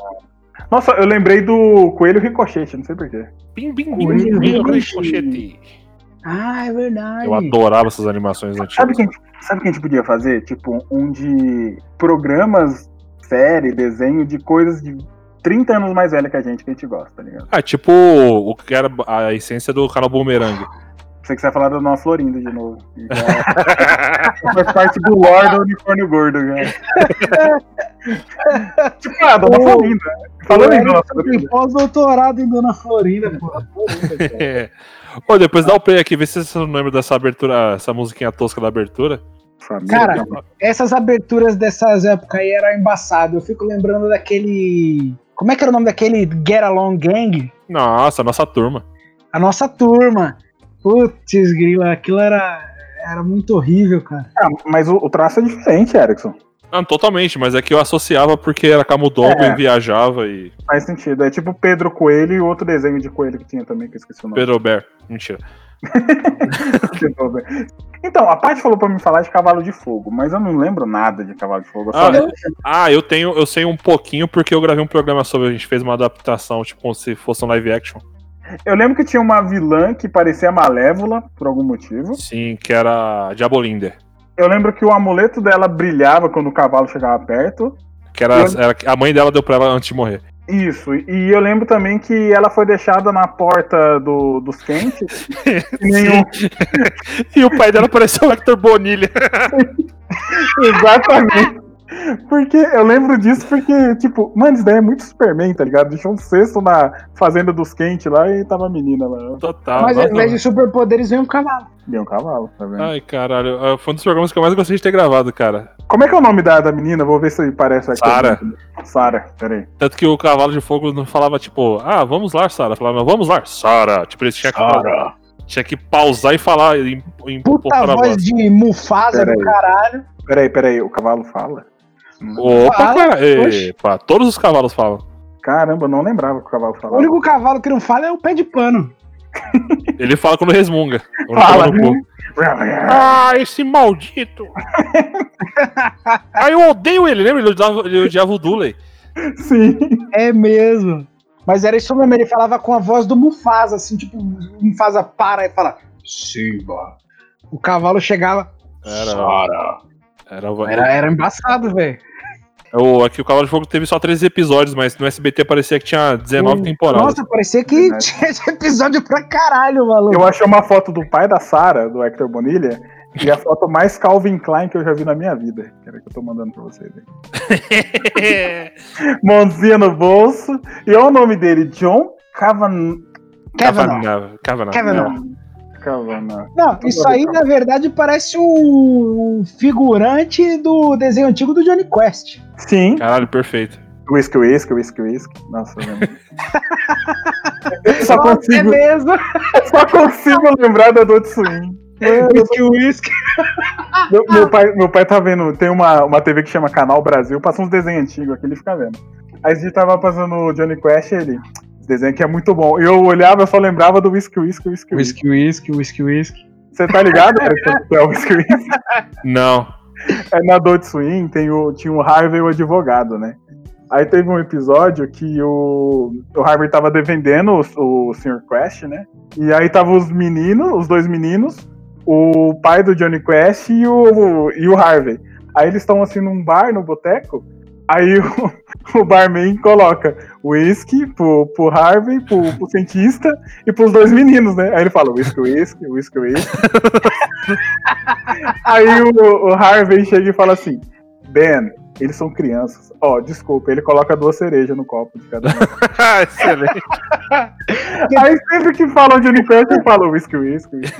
Speaker 1: Nossa, eu lembrei do Coelho Ricochete, não sei porquê.
Speaker 3: Bim, bim, bim, bim, bim, ricochete.
Speaker 2: Ah, é verdade.
Speaker 3: Eu adorava essas animações
Speaker 1: Sabe o que, a
Speaker 3: antigas.
Speaker 1: gente- sabe o que a gente podia fazer? Tipo, um de programas, série, desenho de coisas de 30 anos mais velha que a gente, que a gente gosta, tá ligado?
Speaker 3: Ah, tipo o que era a essência do canal Boomerang.
Speaker 1: Você que vai falar da Nova Florinda de novo. E já- faz parte do lore do unicórnio gordo, já. tipo, ah, Dona
Speaker 2: O-
Speaker 1: Florinda. Falando em Dona
Speaker 2: Eu
Speaker 1: Florinda.
Speaker 2: tenho pós-doutorado em Dona Florinda, porra.
Speaker 3: É. Ô, depois dá o play aqui, vê se você não lembra dessa abertura, essa musiquinha tosca da abertura.
Speaker 2: Cara, essas aberturas dessas épocas aí era embaçado. Eu fico lembrando daquele. Como é que era o nome daquele Get Along Gang?
Speaker 3: Nossa, nossa turma.
Speaker 2: A nossa turma. Putz, grila, aquilo era, era muito horrível, cara.
Speaker 1: Ah, mas o, o traço é diferente, Erickson.
Speaker 3: Ah, totalmente, mas é que eu associava porque era camundongo
Speaker 1: É.
Speaker 3: e viajava e
Speaker 1: Faz sentido. É tipo Pedro Coelho e outro desenho de coelho que tinha também, que eu esqueci o nome.
Speaker 3: Pedro Bear. Mentira.
Speaker 1: Então, a Paty falou pra me falar de Cavalo de Fogo, mas eu não lembro nada de Cavalo de Fogo. Eu só
Speaker 3: Ah,
Speaker 1: lembro-
Speaker 3: Ah, eu tenho, eu sei um pouquinho porque eu gravei um programa sobre, a gente fez uma adaptação, tipo, como se fosse um live action.
Speaker 1: Eu lembro que tinha uma vilã que parecia malévola, por algum motivo.
Speaker 3: Sim, que era Diabolinder.
Speaker 1: Eu lembro que o amuleto dela brilhava quando o cavalo chegava perto.
Speaker 3: Que era, era- a mãe dela deu pra ela antes de morrer.
Speaker 1: Isso, e eu lembro também que ela foi deixada na porta do, dos quentes. que nem um-
Speaker 3: E o pai dela parecia o Hector Bonilha.
Speaker 1: Exatamente. Porque eu lembro disso porque, tipo, mano, isso daí é muito Superman, tá ligado? Deixou um cesto na fazenda dos quentes lá e tava a menina lá.
Speaker 3: Total.
Speaker 2: Mas ao
Speaker 3: nossa,
Speaker 2: invés de superpoderes vem um cavalo.
Speaker 1: Deu um cavalo, tá vendo?
Speaker 3: Ai, caralho. ah, Foi um dos programas que eu mais gostei de ter gravado, cara.
Speaker 1: Como é que é o nome da, da menina? Vou ver se parece aqui.
Speaker 3: Sara.
Speaker 1: Sara, peraí.
Speaker 3: Tanto que o Cavalo de Fogo não falava, tipo, ah, vamos lá, Sara. Falava, vamos lá, Sara. Tipo, eles tinham que, tinha que pausar e falar. E, e,
Speaker 2: Puta
Speaker 3: importar a
Speaker 2: voz de Mufasa
Speaker 1: Peraí.
Speaker 2: do caralho.
Speaker 1: Peraí, peraí, o cavalo fala?
Speaker 3: Opa,
Speaker 2: Fala,
Speaker 3: cara.
Speaker 2: oxe.
Speaker 3: Epa, todos os cavalos falam.
Speaker 1: Caramba, eu não lembrava que o cavalo
Speaker 2: O
Speaker 1: falava.
Speaker 2: único cavalo que não fala é o pé de pano.
Speaker 3: Ele fala quando resmunga. Quando
Speaker 1: Fala.
Speaker 3: toma no cu. Ah, esse maldito. ah, eu odeio ele, lembra? Ele odiava, ele odiava o Dooley.
Speaker 1: Sim.
Speaker 2: É mesmo. Mas era isso mesmo, ele falava com a voz do Mufasa, assim, tipo, o Mufasa para e fala, Simba. O cavalo chegava,
Speaker 3: Era,
Speaker 2: Sara.
Speaker 3: era,
Speaker 2: Era, era embaçado, velho.
Speaker 3: O, aqui o Cavalo de Fogo teve só 13 episódios, mas no SBT parecia que tinha 19 temporadas.
Speaker 2: Hum. Nossa, parecia que
Speaker 1: Verdade.
Speaker 2: tinha esse episódio pra caralho, maluco.
Speaker 1: Eu achei uma foto do pai da Sara, do Hector Bonilha, e a foto mais Calvin Klein que eu já vi na minha vida. Que era que eu tô mandando pra vocês. aí. Mãozinha no bolso. E olha o nome dele, John Cavan...
Speaker 2: Kevin,
Speaker 3: Cavanagh, Cavanagh,
Speaker 2: Kevin,
Speaker 3: não.
Speaker 2: não.
Speaker 1: Cavanagh.
Speaker 2: Não, isso aí, na verdade, parece um figurante do desenho antigo do Johnny Quest.
Speaker 1: Sim.
Speaker 3: Caralho, perfeito.
Speaker 1: Whisky, whisky, whisky, whisky. Nossa, eu lembro. Eu só
Speaker 2: Nossa, é
Speaker 1: consigo,
Speaker 2: mesmo.
Speaker 1: eu só consigo lembrar da Adult Swim. É,
Speaker 2: Whisky, whisky.
Speaker 1: Meu, meu pai, meu pai tá vendo, tem uma, uma TV que chama Canal Brasil, passa uns desenhos antigos aqui, ele fica vendo. Aí a gente tava passando o Johnny Quest, ele. Esse desenho aqui é muito bom. E eu olhava, eu só lembrava do whisky, whisky, whisky. whisky.
Speaker 2: Whisky, whisky, whisky, whisky.
Speaker 1: Você tá ligado? cara, que é o whisky, whisky?
Speaker 3: Não.
Speaker 1: É na Adult Swim, tem o, tinha o Harvey e o advogado, né? Aí teve um episódio que o, o Harvey tava defendendo o, o Sr. Quest, né? E aí tava os meninos, os dois meninos, o pai do Johnny Quest e o, e o Harvey. Aí eles estão assim num bar, no boteco, aí o, o barman coloca whisky pro, pro Harvey, pro, pro cientista e pros dois meninos, né? Aí ele fala whisky, whisky, whisky, whisky. aí o, o Harvey chega e fala assim, Ben, eles são crianças. Ó, desculpa, ele coloca duas cerejas no copo de cada um.
Speaker 3: Excelente.
Speaker 1: Aí sempre que falam Johnny Crash, eu falo whisky, whisky. whisky.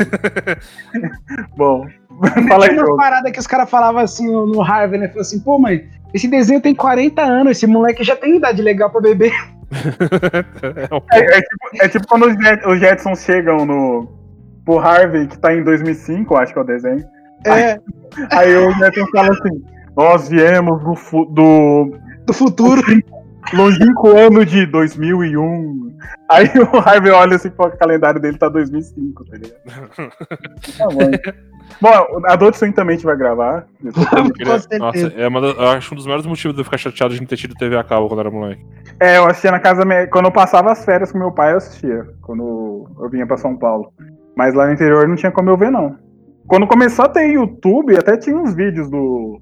Speaker 1: Bom, fala aí,
Speaker 2: Tinha
Speaker 1: João.
Speaker 2: uma parada que os caras falavam assim no, no Harvey, né? Falou assim, pô, mãe, esse desenho tem 40 anos, esse moleque já tem idade legal pra beber.
Speaker 3: É um-
Speaker 1: É, é tipo, é tipo quando os, Jet, os Jetsons chegam no pro Harvey, que tá em 2005, eu acho que é o desenho.
Speaker 2: É,
Speaker 1: Aí o Jetson fala assim: Nós viemos do, fu- do
Speaker 2: do futuro.
Speaker 1: longínquo ano de 2001. Aí o Harvey olha assim, pô, o calendário dele tá 2005, tá ligado? Tá bom. Bom, a Adult Swim também a gente vai gravar.
Speaker 2: Com certeza.
Speaker 3: Nossa, é uma da- eu acho um dos maiores motivos de eu ficar chateado de não ter tido TV a cabo quando era moleque.
Speaker 1: É, eu assistia na casa. da minha- Quando eu passava as férias com meu pai, eu assistia. Quando eu vinha pra São Paulo. Mas lá no interior não tinha como eu ver, não. Quando começou a ter YouTube, até tinha uns vídeos do.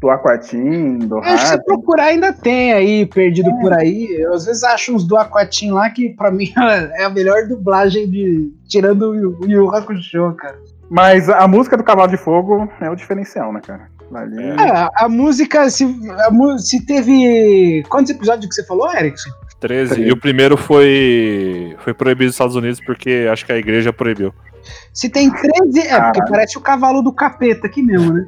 Speaker 1: Do Aquatim, do
Speaker 2: Eu acho que se
Speaker 1: Rato.
Speaker 2: procurar ainda tem aí, perdido por aí. Eu às vezes acho uns do Aquatim lá que pra mim é a melhor dublagem de. Tirando o Yu- o Yu Hakusho, cara.
Speaker 1: Mas a música do Cavalo de Fogo é o diferencial, né, cara? Ali.
Speaker 3: É.
Speaker 2: É, a- a música, se, a mu- se teve. Quantos episódios que você falou, Erickson?
Speaker 3: 13.
Speaker 1: Treze.
Speaker 3: E o primeiro foi foi proibido nos Estados Unidos porque acho que a igreja proibiu.
Speaker 2: Se tem 13. É, porque
Speaker 1: Caralho.
Speaker 2: parece o cavalo do capeta aqui mesmo, né?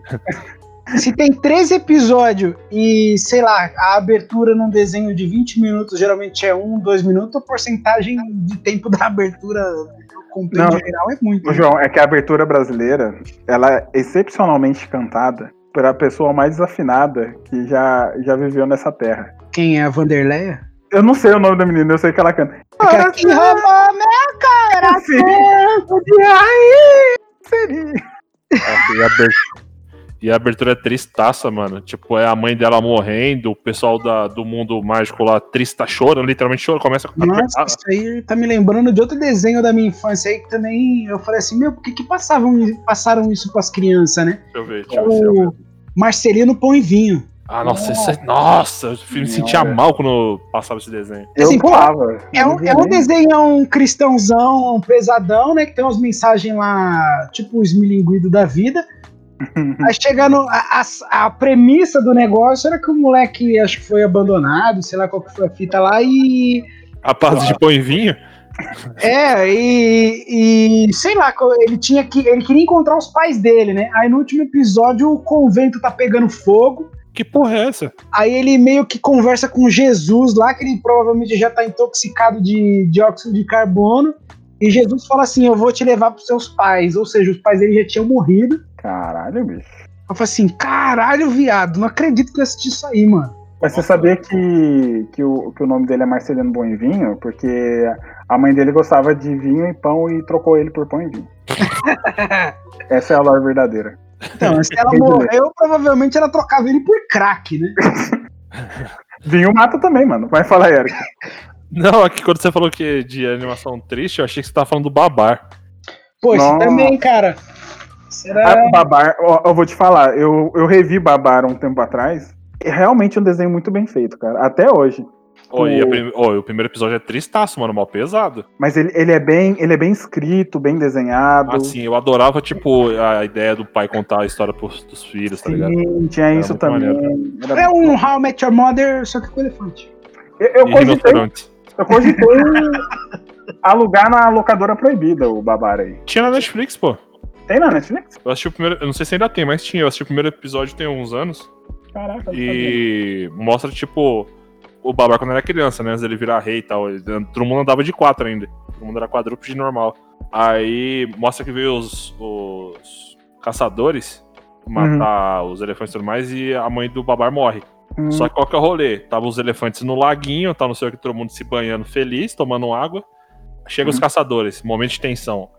Speaker 2: Se tem 13 episódios e, sei lá, a abertura num desenho de 20 minutos geralmente é 1, 2 minutos, a porcentagem de tempo da abertura né, completa
Speaker 1: Não.
Speaker 2: geral é muito.
Speaker 1: Ô, João, é que a abertura brasileira, ela é excepcionalmente cantada pela pessoa mais desafinada que já, já viveu nessa terra.
Speaker 2: Quem é a Vanderleia?
Speaker 1: Eu não sei o nome da menina, eu sei que ela canta.
Speaker 2: Aquela É que assim. roubou meu
Speaker 1: Sim.
Speaker 2: coração de raio.
Speaker 1: Seria.
Speaker 3: E a, abertura, e a abertura é tristaça, mano. Tipo, é a mãe dela morrendo, o pessoal da, do mundo mágico lá trista chorando, literalmente chora, começa com Ah,
Speaker 2: Nossa, isso aí tá me lembrando de outro desenho da minha infância aí que também eu falei assim, meu, por que que passavam, passaram isso pras crianças, né?
Speaker 3: Deixa eu ver, deixa eu ver, deixa eu ver.
Speaker 2: O Marcelino Pão e Vinho.
Speaker 3: Ah, nossa, isso é- nossa, eu me sentia
Speaker 1: Nossa.
Speaker 3: mal quando passava esse desenho.
Speaker 1: Eu
Speaker 2: Assim,
Speaker 1: pulava.
Speaker 2: É um, é um desenho um cristãozão, um pesadão, né? Que tem umas mensagens lá, tipo o esmilinguido da vida. Aí chega no, a, a- a premissa do negócio era que o moleque, acho que foi abandonado, sei lá qual que foi a fita lá, e
Speaker 3: A parte de pão e vinho?
Speaker 2: É, e, e sei lá, co- ele tinha que. Ele queria encontrar os pais dele, né? Aí no último episódio o convento tá pegando fogo.
Speaker 3: Que porra é essa?
Speaker 2: Aí ele meio que conversa com Jesus lá, que ele provavelmente já tá intoxicado de dióxido de carbono. E Jesus fala assim: Eu vou te levar pros seus pais. Ou seja, os pais dele já tinham morrido.
Speaker 1: Caralho, bicho.
Speaker 2: Eu falei assim: Caralho, viado, não acredito que eu assisti isso aí, mano.
Speaker 1: Mas você
Speaker 3: Nossa.
Speaker 1: sabia que, que, o, que o nome dele é Marcelino Bonvinho? Porque a mãe dele gostava de vinho e pão e trocou ele por pão e vinho. Essa é a lore verdadeira.
Speaker 2: Então, se ela
Speaker 1: Entendi.
Speaker 2: morreu, provavelmente ela trocava ele por crack, né?
Speaker 1: Vinho mata também, mano. Vai falar, Eric.
Speaker 3: Não, é que quando você falou que de animação triste, eu achei que você tava falando do babar.
Speaker 2: Pô, isso
Speaker 1: Nossa.
Speaker 2: também, cara. Será.
Speaker 1: É. Ah, Babar, ó, eu vou te falar, eu, eu revi Babar um tempo atrás. É realmente um desenho muito bem feito, cara. Até hoje.
Speaker 3: Ó, e a
Speaker 1: O-
Speaker 3: prim- ó, e o primeiro episódio é tristaço, mano, mal pesado.
Speaker 1: Mas ele, ele é bem, ele é bem escrito, bem desenhado.
Speaker 3: Assim, eu adorava, tipo, a ideia do pai contar a história pros, dos filhos, tá ligado?
Speaker 1: Sim, tinha
Speaker 3: Era
Speaker 1: isso
Speaker 3: muito
Speaker 1: também. Era-
Speaker 2: É um How I Met Your Mother, só que com elefante.
Speaker 1: Eu, eu
Speaker 3: E
Speaker 1: cogitei,
Speaker 3: rinoceronte.
Speaker 1: eu cogitei alugar na locadora proibida o Babara aí.
Speaker 3: Tinha na Netflix, pô.
Speaker 1: Tem na Netflix?
Speaker 3: Eu assisti o primeiro. Eu não sei se ainda tem, mas tinha. Eu assisti o primeiro episódio tem uns anos.
Speaker 1: Caraca. eu não sabia.
Speaker 3: E mostra, tipo, o Babar quando era criança, né? Antes dele virar rei e tal. Ele- Todo mundo andava de quatro ainda. Todo mundo era quadrúpede normal. Aí mostra que veio os, os caçadores matar os elefantes e tudo mais. E a mãe do Babar morre.
Speaker 1: Hum,
Speaker 3: Só que qual que é o rolê? Tava os elefantes no laguinho, tá não sei o que, todo mundo se banhando feliz, tomando água. Chega os
Speaker 1: Uhum.
Speaker 3: caçadores, momento de tensão.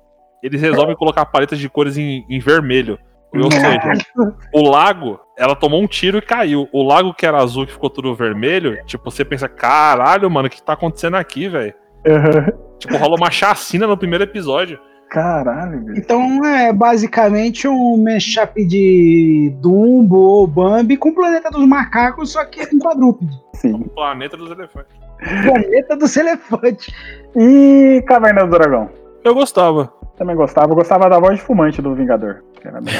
Speaker 3: Eles resolvem colocar paletas de cores em, em vermelho. Ou seja, o lago, ela tomou um tiro e caiu. O lago que era azul, que ficou tudo vermelho, tipo, você pensa, caralho, mano, o que tá acontecendo aqui, velho?
Speaker 1: aham.
Speaker 3: Tipo, rola uma chacina no primeiro episódio.
Speaker 1: Caralho, bicho.
Speaker 2: Então é basicamente um mashup de Dumbo ou Bambi com o Planeta dos Macacos, só que em quadrúpede.
Speaker 1: Sim.
Speaker 3: O planeta dos elefantes.
Speaker 2: Planeta dos Elefantes.
Speaker 1: E Caverna do Dragão.
Speaker 3: Eu gostava.
Speaker 1: Também gostava. Eu gostava da voz de fumante do Vingador. Que era bem-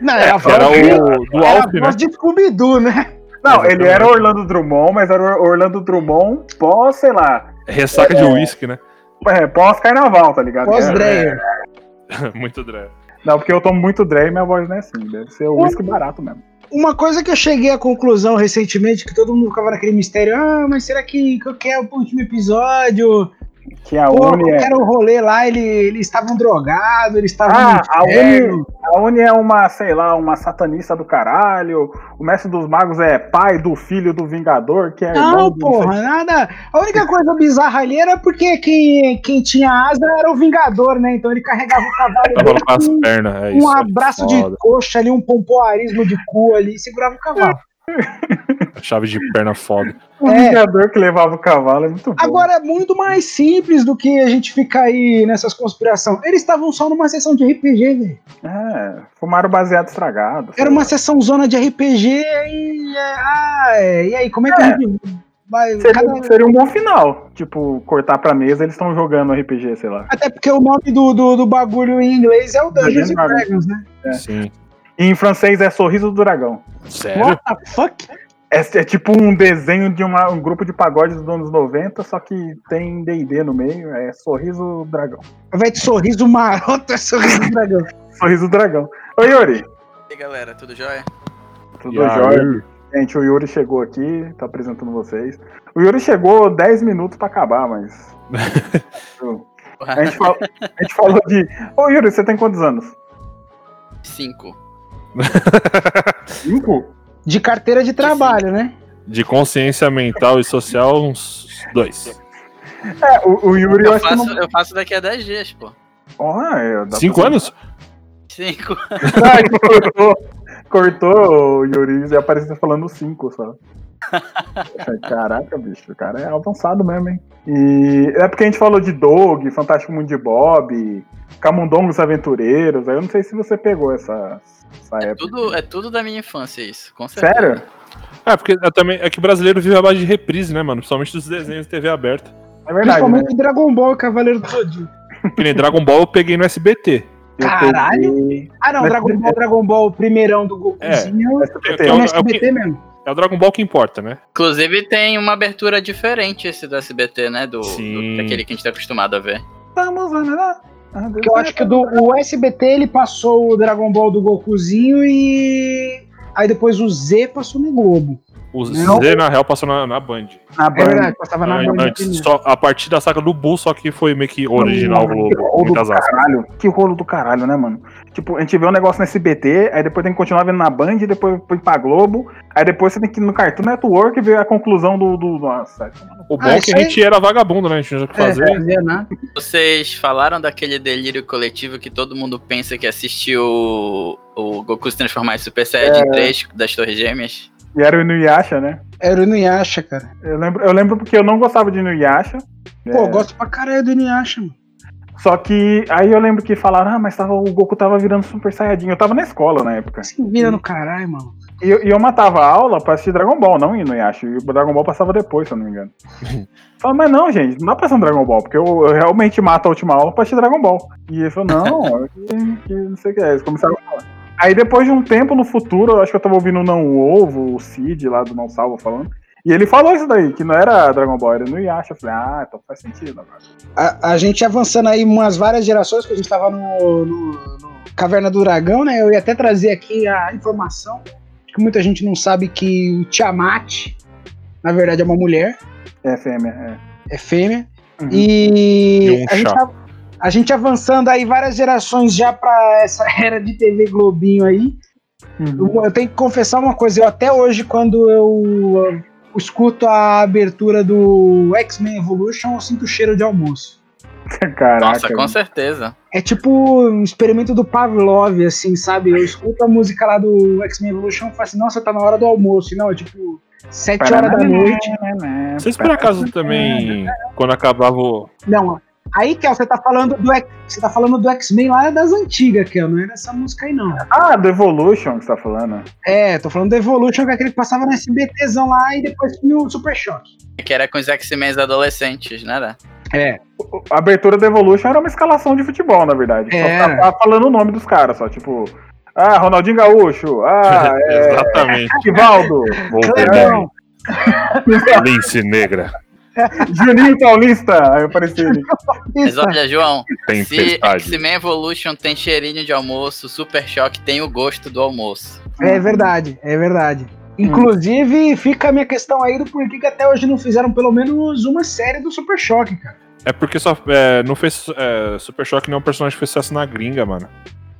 Speaker 2: Não, era, a voz
Speaker 3: Era
Speaker 2: do-
Speaker 3: o do
Speaker 2: era a
Speaker 3: Alf, né?
Speaker 2: voz de Scooby-Doo, né?
Speaker 1: Não, ele
Speaker 3: Exatamente.
Speaker 1: era Orlando Drummond, mas era o Orlando Drummond pós, sei lá,
Speaker 3: Ressaca de uísque, né?
Speaker 1: é, pós-carnaval, tá ligado?
Speaker 2: Pós-Dreyer.
Speaker 3: Muito dré.
Speaker 1: Não, porque eu tomo muito Dre e minha voz não é assim. Deve ser o uísque barato mesmo.
Speaker 2: Uma coisa que eu cheguei à conclusão recentemente, que todo mundo ficava naquele mistério, ah, mas será que qual que é o último episódio?
Speaker 1: Que a
Speaker 2: Pô,
Speaker 1: Uni
Speaker 2: qual
Speaker 1: é.
Speaker 2: que era o rolê lá? Ele, eles estavam drogados, eles estavam
Speaker 1: Ah,
Speaker 2: no
Speaker 1: a
Speaker 2: inferno.
Speaker 1: Uni, a Uni é uma, sei lá, uma satanista do caralho. O mestre dos magos é pai do filho do Vingador, que é irmão
Speaker 2: Não,
Speaker 1: do-
Speaker 2: porra, nada. A única coisa bizarra ali era porque quem, quem tinha asa era o Vingador, né? Então ele carregava o cavalo
Speaker 3: Tava
Speaker 2: dele
Speaker 3: com as
Speaker 2: com
Speaker 3: pernas, é isso.
Speaker 2: um abraço de
Speaker 3: Foda.
Speaker 2: coxa ali, um pompoarismo de cu ali e segurava o cavalo.
Speaker 3: Chave de perna foda.
Speaker 1: O
Speaker 2: É.
Speaker 1: Vingador que levava o cavalo é muito bom.
Speaker 2: Agora é muito mais simples do que a gente ficar aí nessas conspirações. Eles estavam só numa sessão de RPG, velho.
Speaker 1: É, fumaram baseado estragado. sei
Speaker 2: Era
Speaker 1: lá.
Speaker 2: uma sessão zona de RPG e. é, ah, é, e aí, como é que a gente vai. cada-
Speaker 1: Seria, seria um bom final. Tipo, cortar pra mesa, eles estão jogando RPG, sei lá.
Speaker 2: Até porque o nome do, do, do bagulho em inglês é o Dungeons and
Speaker 1: Dungeons and
Speaker 2: Dragons, né?
Speaker 1: É.
Speaker 3: Sim.
Speaker 1: E em francês é Sorriso do Dragão.
Speaker 3: Sério?
Speaker 2: What the fuck?
Speaker 1: É, é tipo um desenho de uma- um grupo de pagodes dos anos 90, só que tem D&D no meio, é Sorriso Dragão.
Speaker 2: Vai de sorriso maroto, é sorriso do dragão.
Speaker 1: Sorriso Dragão. Oi, Yuri.
Speaker 4: E aí, galera, tudo jóia?
Speaker 1: Tudo jóia? Gente, o Yuri chegou aqui, tá apresentando vocês. O Yuri chegou 10 minutos pra acabar, mas... A gente, fal- a gente falou de... Ô, Yuri, você tem quantos anos?
Speaker 4: Cinco.
Speaker 1: Cinco?
Speaker 2: De carteira de trabalho, né?
Speaker 3: De consciência mental e social, uns dois.
Speaker 1: É, o, o Yuri eu,
Speaker 4: Eu
Speaker 1: acho que
Speaker 4: faço,
Speaker 1: não...
Speaker 4: eu faço daqui a 10 dias, pô.
Speaker 1: Ah, é, dá
Speaker 3: Cinco
Speaker 1: pra-
Speaker 3: anos?
Speaker 4: Cinco.
Speaker 1: Ai, Ah, cortou, cortou o Yuri e apareceu falando 5 só. Caraca, bicho, o cara é avançado mesmo, hein? E é porque a gente falou de Doug, Fantástico Mundo de Bob, Camundongos Aventureiros. aí Eu não sei se você pegou essa, essa época.
Speaker 4: Tudo, é tudo da minha infância isso, com certeza.
Speaker 1: Sério?
Speaker 3: É, porque eu também. É que o brasileiro vive a base de reprise, né, mano? Principalmente dos desenhos de TV aberta.
Speaker 1: É verdade. Né?
Speaker 2: Principalmente Dragon Ball e Cavaleiro do Zodíaco.
Speaker 3: Que nem Dragon Ball eu peguei no SBT.
Speaker 1: Eu
Speaker 2: Caralho.
Speaker 1: peguei
Speaker 2: Ah, não,
Speaker 1: Mas-
Speaker 2: Dragon Ball, Dragon Ball, o primeirão do Gokuzinho.
Speaker 1: SBT.
Speaker 2: É, o
Speaker 3: é É o-
Speaker 2: no
Speaker 3: é o
Speaker 2: SBT mesmo.
Speaker 3: É o Dragon Ball que importa, né?
Speaker 4: Inclusive tem uma abertura diferente esse do SBT, né? Do,
Speaker 3: Sim.
Speaker 4: do- daquele que a gente tá acostumado a ver.
Speaker 1: Vamos lá. Ah, Deus
Speaker 2: Que eu acho que do, o SBT ele passou o Dragon Ball do Gokuzinho e. Aí depois o Z passou no Globo.
Speaker 3: O
Speaker 2: Não.
Speaker 3: Z, na real, passou na, na Band.
Speaker 1: Na
Speaker 2: É
Speaker 1: banda.
Speaker 2: verdade, passava na
Speaker 3: Não,
Speaker 2: Band.
Speaker 3: antes, só a partir da saga do Bull, só que foi meio que original Globo.
Speaker 1: Que rolo
Speaker 3: Muitas
Speaker 1: do
Speaker 3: aspas.
Speaker 1: caralho. Que rolo do caralho, né, mano? Tipo, a gente vê um negócio no SBT, aí depois tem que continuar vendo na Band, depois põe pra Globo, aí depois você tem que ir no Cartoon Network e ver a conclusão do. do nossa.
Speaker 3: O bom
Speaker 2: Ah,
Speaker 3: é que
Speaker 2: isso
Speaker 3: a
Speaker 2: aí-
Speaker 3: gente era vagabundo, né? A gente não tinha o que fazer.
Speaker 2: É, né?
Speaker 4: Vocês falaram daquele delírio coletivo que todo mundo pensa que assistiu o, o Goku se transformar em Super
Speaker 1: É.
Speaker 4: Saiyajin 3 das Torres Gêmeas?
Speaker 1: E era o Inuyasha, né?
Speaker 2: Era o Inuyasha, cara.
Speaker 1: Eu lembro, eu lembro porque eu não gostava de Inuyasha.
Speaker 2: Pô,
Speaker 1: É,
Speaker 2: eu gosto pra caralho do Inuyasha, mano.
Speaker 1: Só que aí eu lembro que falaram, ah, mas tava, o Goku tava virando Super Saiyajin. Eu tava na escola na época.
Speaker 2: Se vira no caralho, mano.
Speaker 1: E eu, e eu matava a aula pra assistir Dragon Ball, não Inuyasha. E o Dragon Ball passava depois, se eu não me engano. Falei, mas não, gente, não dá pra ser um Dragon Ball, porque eu, eu realmente mato a última aula pra assistir Dragon Ball. E ele falou, não, é que, que não sei o que é. Eles começaram a falar. Aí depois de um tempo no futuro, eu acho que eu tava ouvindo o Não Ovo, o Cid lá do Não Salva falando. E ele falou isso daí, que não era Dragon Ball, era no Yasha. Eu falei, ah, então faz sentido agora.
Speaker 2: A, a gente avançando aí umas várias gerações, que a gente tava no, no- no Caverna do Dragão, né? Eu ia até trazer aqui a informação de que muita gente não sabe que o Tiamat, na verdade, é uma mulher,
Speaker 1: É, fêmea, é.
Speaker 2: é fêmea.
Speaker 1: Uhum.
Speaker 2: E
Speaker 3: E um
Speaker 2: a gente,
Speaker 3: chá.
Speaker 2: av- a gente avançando aí várias gerações já pra essa era de TV Globinho aí. Um,
Speaker 1: Uhum.
Speaker 2: Eu, eu tenho que confessar uma coisa, eu até hoje, quando eu, eu escuto a abertura do X-Men Evolution, eu sinto o cheiro de almoço.
Speaker 1: Caraca.
Speaker 4: Nossa, com certeza.
Speaker 2: É tipo um experimento do Pavlov, assim, sabe? Eu escuto a música lá do X-Men Evolution e falo assim, nossa, tá na hora do almoço. E Não, é tipo sete horas da noite.
Speaker 3: Vocês por acaso também,
Speaker 2: É.
Speaker 3: quando acabava o.
Speaker 2: Não, aí, Kel, você tá falando do X- você tá falando do X-Men lá das antigas, Kel, não era essa música aí, não.
Speaker 1: Ah, do Evolution que você tá falando.
Speaker 2: É, tô falando do Evolution, que é aquele que passava no SBTzão lá e depois tinha o Super Choque.
Speaker 4: Que era com os X-Men adolescentes, né? era?
Speaker 2: É,
Speaker 1: A abertura do Evolution era uma escalação de futebol, na verdade. Só
Speaker 2: Era.
Speaker 1: tava falando o nome dos caras, só tipo. Ah, Ronaldinho Gaúcho. Ah, é.
Speaker 3: Exatamente.
Speaker 1: Rivaldo.
Speaker 3: É Wolverine,
Speaker 2: Clebão,
Speaker 3: Lince Negra,
Speaker 1: Juninho Paulista. Aí eu apareci ele.
Speaker 4: Mas
Speaker 2: isso.
Speaker 4: olha, João, se
Speaker 3: Tempestade.
Speaker 4: X-Men Evolution tem cheirinho de almoço, Super Choque tem o gosto do almoço.
Speaker 2: É verdade, é verdade. Inclusive, fica a minha questão aí do porquê que até hoje não fizeram pelo menos uma série do Super Choque, cara.
Speaker 3: É porque só, é, não fez, é, Super Choque não é um personagem que fez sucesso na gringa, mano.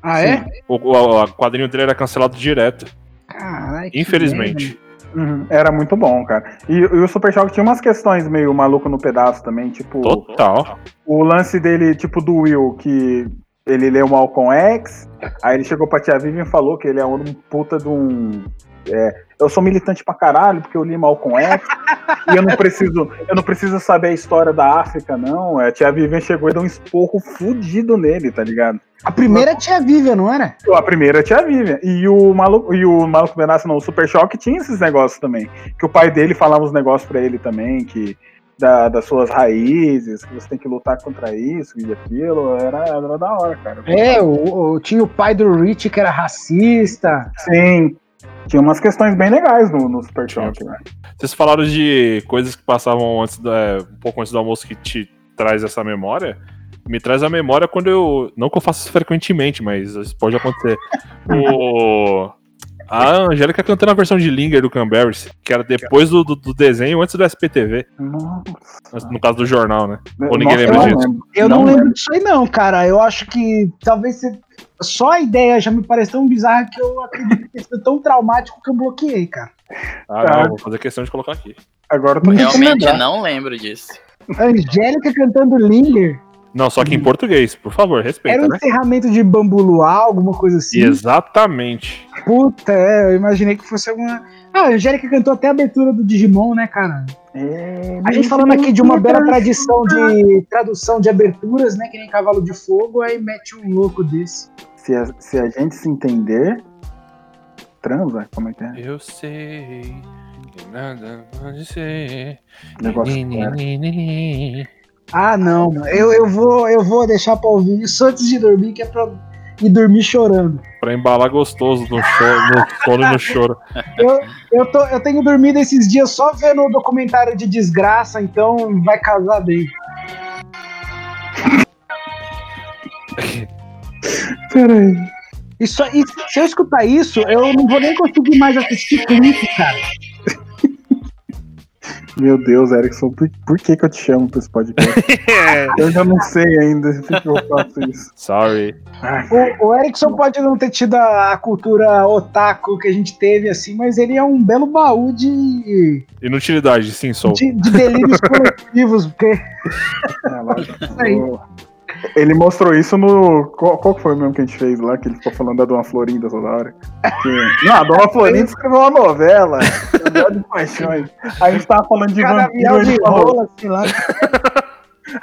Speaker 2: Ah, é?
Speaker 3: O, o- o quadrinho dele era cancelado direto,
Speaker 2: Caralho. que merda.
Speaker 3: infelizmente.
Speaker 1: Uhum, Era muito bom, cara. E, e o Super Shock tinha umas questões meio maluco no pedaço também, tipo.
Speaker 3: Total.
Speaker 1: o lance dele, tipo, do Will, que ele leu Malcolm X, aí ele chegou pra Tia Vivian e falou que ele é um puta de um. é, eu sou militante pra caralho, porque eu li Malcolm X, e eu não preciso, eu não preciso saber a história da África, não. A tia Vivian chegou e deu um esporro fudido nele, tá ligado?
Speaker 2: A primeira tinha Vivian, não era?
Speaker 1: A primeira é a tia Vivian. E o maluco, e o maluco Benassi, não, o Super Choque tinha esses negócios também. Que o pai dele falava uns negócios pra ele também, que da- das suas raízes, que você tem que lutar contra isso e aquilo. Era, era da hora, cara.
Speaker 2: É, o, o- tinha o pai do Rich que era racista.
Speaker 1: Sim. Tinha umas questões bem legais no, no Super Choque, né?
Speaker 3: Vocês falaram de coisas que passavam antes da, um pouco antes do almoço que te traz essa memória. Me traz a memória quando eu. Não que eu faça isso frequentemente, mas isso pode acontecer. o, a Angélica cantando a versão de Linger do Canberries, que era depois do, do, do desenho, antes do SPTV.
Speaker 1: Nossa.
Speaker 3: No caso do jornal, né? Ou ninguém
Speaker 1: Nossa, eu
Speaker 3: lembra
Speaker 1: não
Speaker 3: disso.
Speaker 1: lembro.
Speaker 2: Eu não,
Speaker 1: Não
Speaker 2: lembro disso aí, não, cara. Eu acho que talvez se- Só a ideia já me parece tão bizarra que eu acredito que tenha sido tão traumático que eu bloqueei, cara.
Speaker 3: Ah,
Speaker 1: Tá.
Speaker 3: não, vou fazer questão de colocar aqui.
Speaker 1: Agora eu tô tentando
Speaker 4: Realmente
Speaker 1: lembrar.
Speaker 4: não lembro disso.
Speaker 2: Angélica cantando Linger
Speaker 3: Não, só que em português, por favor,
Speaker 2: Uhum. era
Speaker 3: respeita,
Speaker 2: um
Speaker 3: né?
Speaker 2: encerramento de bambu luau, alguma coisa assim.
Speaker 3: Exatamente.
Speaker 2: Puta, é, eu imaginei que fosse alguma. Ah, a Angélica cantou até a abertura do Digimon, né, cara?
Speaker 1: É,
Speaker 2: A gente falando aqui de uma
Speaker 1: Uhum.
Speaker 2: bela tradição de tradução de aberturas, né? Que nem Cavalo de Fogo, aí mete um louco desse.
Speaker 1: Se a, se a gente se entender. Transa? Como é que é?
Speaker 3: Eu sei que nada pode ser.
Speaker 1: Negócio.
Speaker 2: Ah, não, mano. Eu, eu, vou, eu vou deixar pra ouvir isso antes de dormir, que é pra ir dormir chorando.
Speaker 3: Pra embalar gostoso no, choro, no sono e no choro.
Speaker 2: Eu, eu, tô, eu tenho dormido esses dias só vendo o documentário de desgraça, então vai casar bem.
Speaker 1: Peraí.
Speaker 2: Isso, aí- se eu escutar isso, eu não vou nem conseguir mais assistir clipe, cara.
Speaker 1: Meu Deus, Erickson, por, por que, que eu te chamo pra esse podcast? eu já não sei ainda por que eu faço isso.
Speaker 3: Sorry.
Speaker 2: O, o Erickson pode não ter tido a, a cultura otaku que a gente teve, assim, mas ele é um belo baú de,
Speaker 3: Inutilidade, sim, sou.
Speaker 2: de, de delírios coletivos, porque
Speaker 1: É, lógico.
Speaker 2: aí.
Speaker 1: Ele mostrou isso no. Qual, qual que foi mesmo que a gente fez lá? Que ele ficou falando "Ah, da Dona Florinda toda hora. Que- não, a Dona Florinda escreveu uma novela. Novela de paixões. Aí a gente tava falando de
Speaker 2: cada
Speaker 1: vampiro,
Speaker 2: vial de
Speaker 1: ele falou.
Speaker 2: rola, sei lá.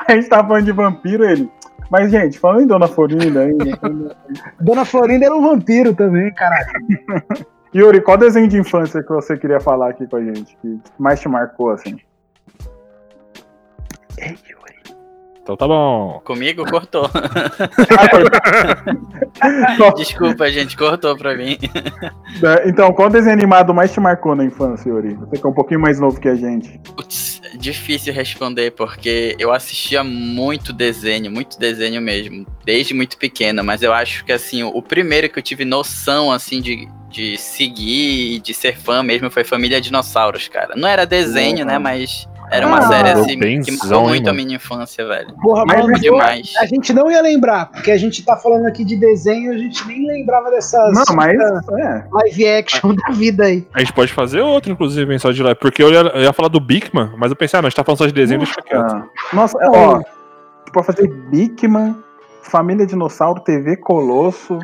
Speaker 1: A gente tava falando de vampiro, ele. Mas, gente, falando em Dona Florinda ainda.
Speaker 2: Dona Florinda era um vampiro também, caralho.
Speaker 1: Yuri, qual desenho de infância que você queria falar aqui com a gente? Que mais te marcou, assim?
Speaker 3: Então tá bom.
Speaker 4: Comigo cortou.
Speaker 1: Só-
Speaker 4: Desculpa, gente, cortou pra mim.
Speaker 1: É, Então, qual desenho animado mais te marcou na infância, Yuri? Você que é um pouquinho mais novo que a gente.
Speaker 4: Putz, difícil responder, porque eu assistia muito desenho, muito desenho mesmo, desde muito pequena, mas eu acho que assim, o primeiro que eu tive noção assim de, de seguir e de ser fã mesmo foi Família Dinossauros, cara. Não era desenho,
Speaker 1: Uhum.
Speaker 4: né? Mas era uma
Speaker 2: Ah,
Speaker 4: série
Speaker 3: eu
Speaker 4: assim que
Speaker 3: benzão,
Speaker 4: marcou
Speaker 3: hein,
Speaker 4: muito a
Speaker 3: mano?
Speaker 4: minha infância, velho.
Speaker 2: Porra,
Speaker 1: Mas
Speaker 2: mas,
Speaker 4: Marcou
Speaker 1: é
Speaker 4: demais.
Speaker 2: a gente não ia lembrar, porque a gente tá falando aqui de desenho, a gente nem lembrava dessas
Speaker 1: Não, mas. É.
Speaker 2: live action da vida aí.
Speaker 3: A gente pode fazer outro, inclusive, hein, só de lá. Porque eu ia, eu ia falar do Bigman, mas eu pensei, ah, não, a gente tá falando só de desenho, deixa quieto.
Speaker 1: Ah. Nossa, é, ó. Pra fazer Bigman, Família Dinossauro, TV Colosso.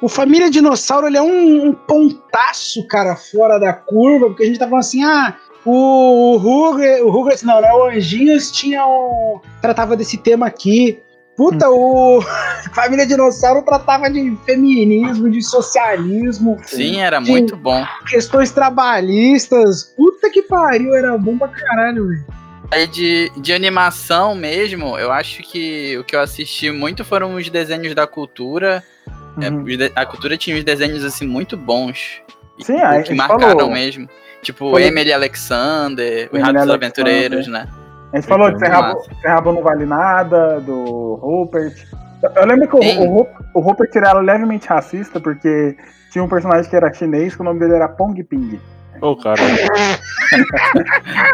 Speaker 2: O Família Dinossauro ele é um, um pontaço, cara, fora da curva, porque a gente tá falando assim, ah, o, o Rugrats, o Rugrats não, né? O Anjinhos tinha um. tratava desse tema aqui. Puta, o Família Dinossauro tratava de feminismo, de socialismo,
Speaker 4: Sim, era
Speaker 2: Sim.
Speaker 4: muito bom.
Speaker 2: questões trabalhistas. Puta que pariu, era bom pra caralho, velho.
Speaker 4: Aí de, de animação mesmo, eu acho que o que eu assisti muito foram os desenhos da cultura. É,
Speaker 1: Uhum.
Speaker 4: os de- a cultura tinha uns desenhos assim muito bons. E
Speaker 1: Sim, a
Speaker 4: que
Speaker 1: gente
Speaker 4: marcaram
Speaker 1: falou.
Speaker 4: mesmo. Tipo
Speaker 1: Falou.
Speaker 4: Emily Alexander, os
Speaker 1: Emily
Speaker 4: Ratos
Speaker 1: Alexander.
Speaker 4: Aventureiros, né?
Speaker 1: A gente falou de
Speaker 3: Então,
Speaker 1: Ferrabo, Ferrabo não vale nada, do Rupert. Eu- Eu lembro que o,
Speaker 4: Sim.
Speaker 1: o, Ru- o Rupert ele era levemente racista, porque tinha um personagem que era chinês, que o nome dele era Pong Ping.
Speaker 3: Ô, cara.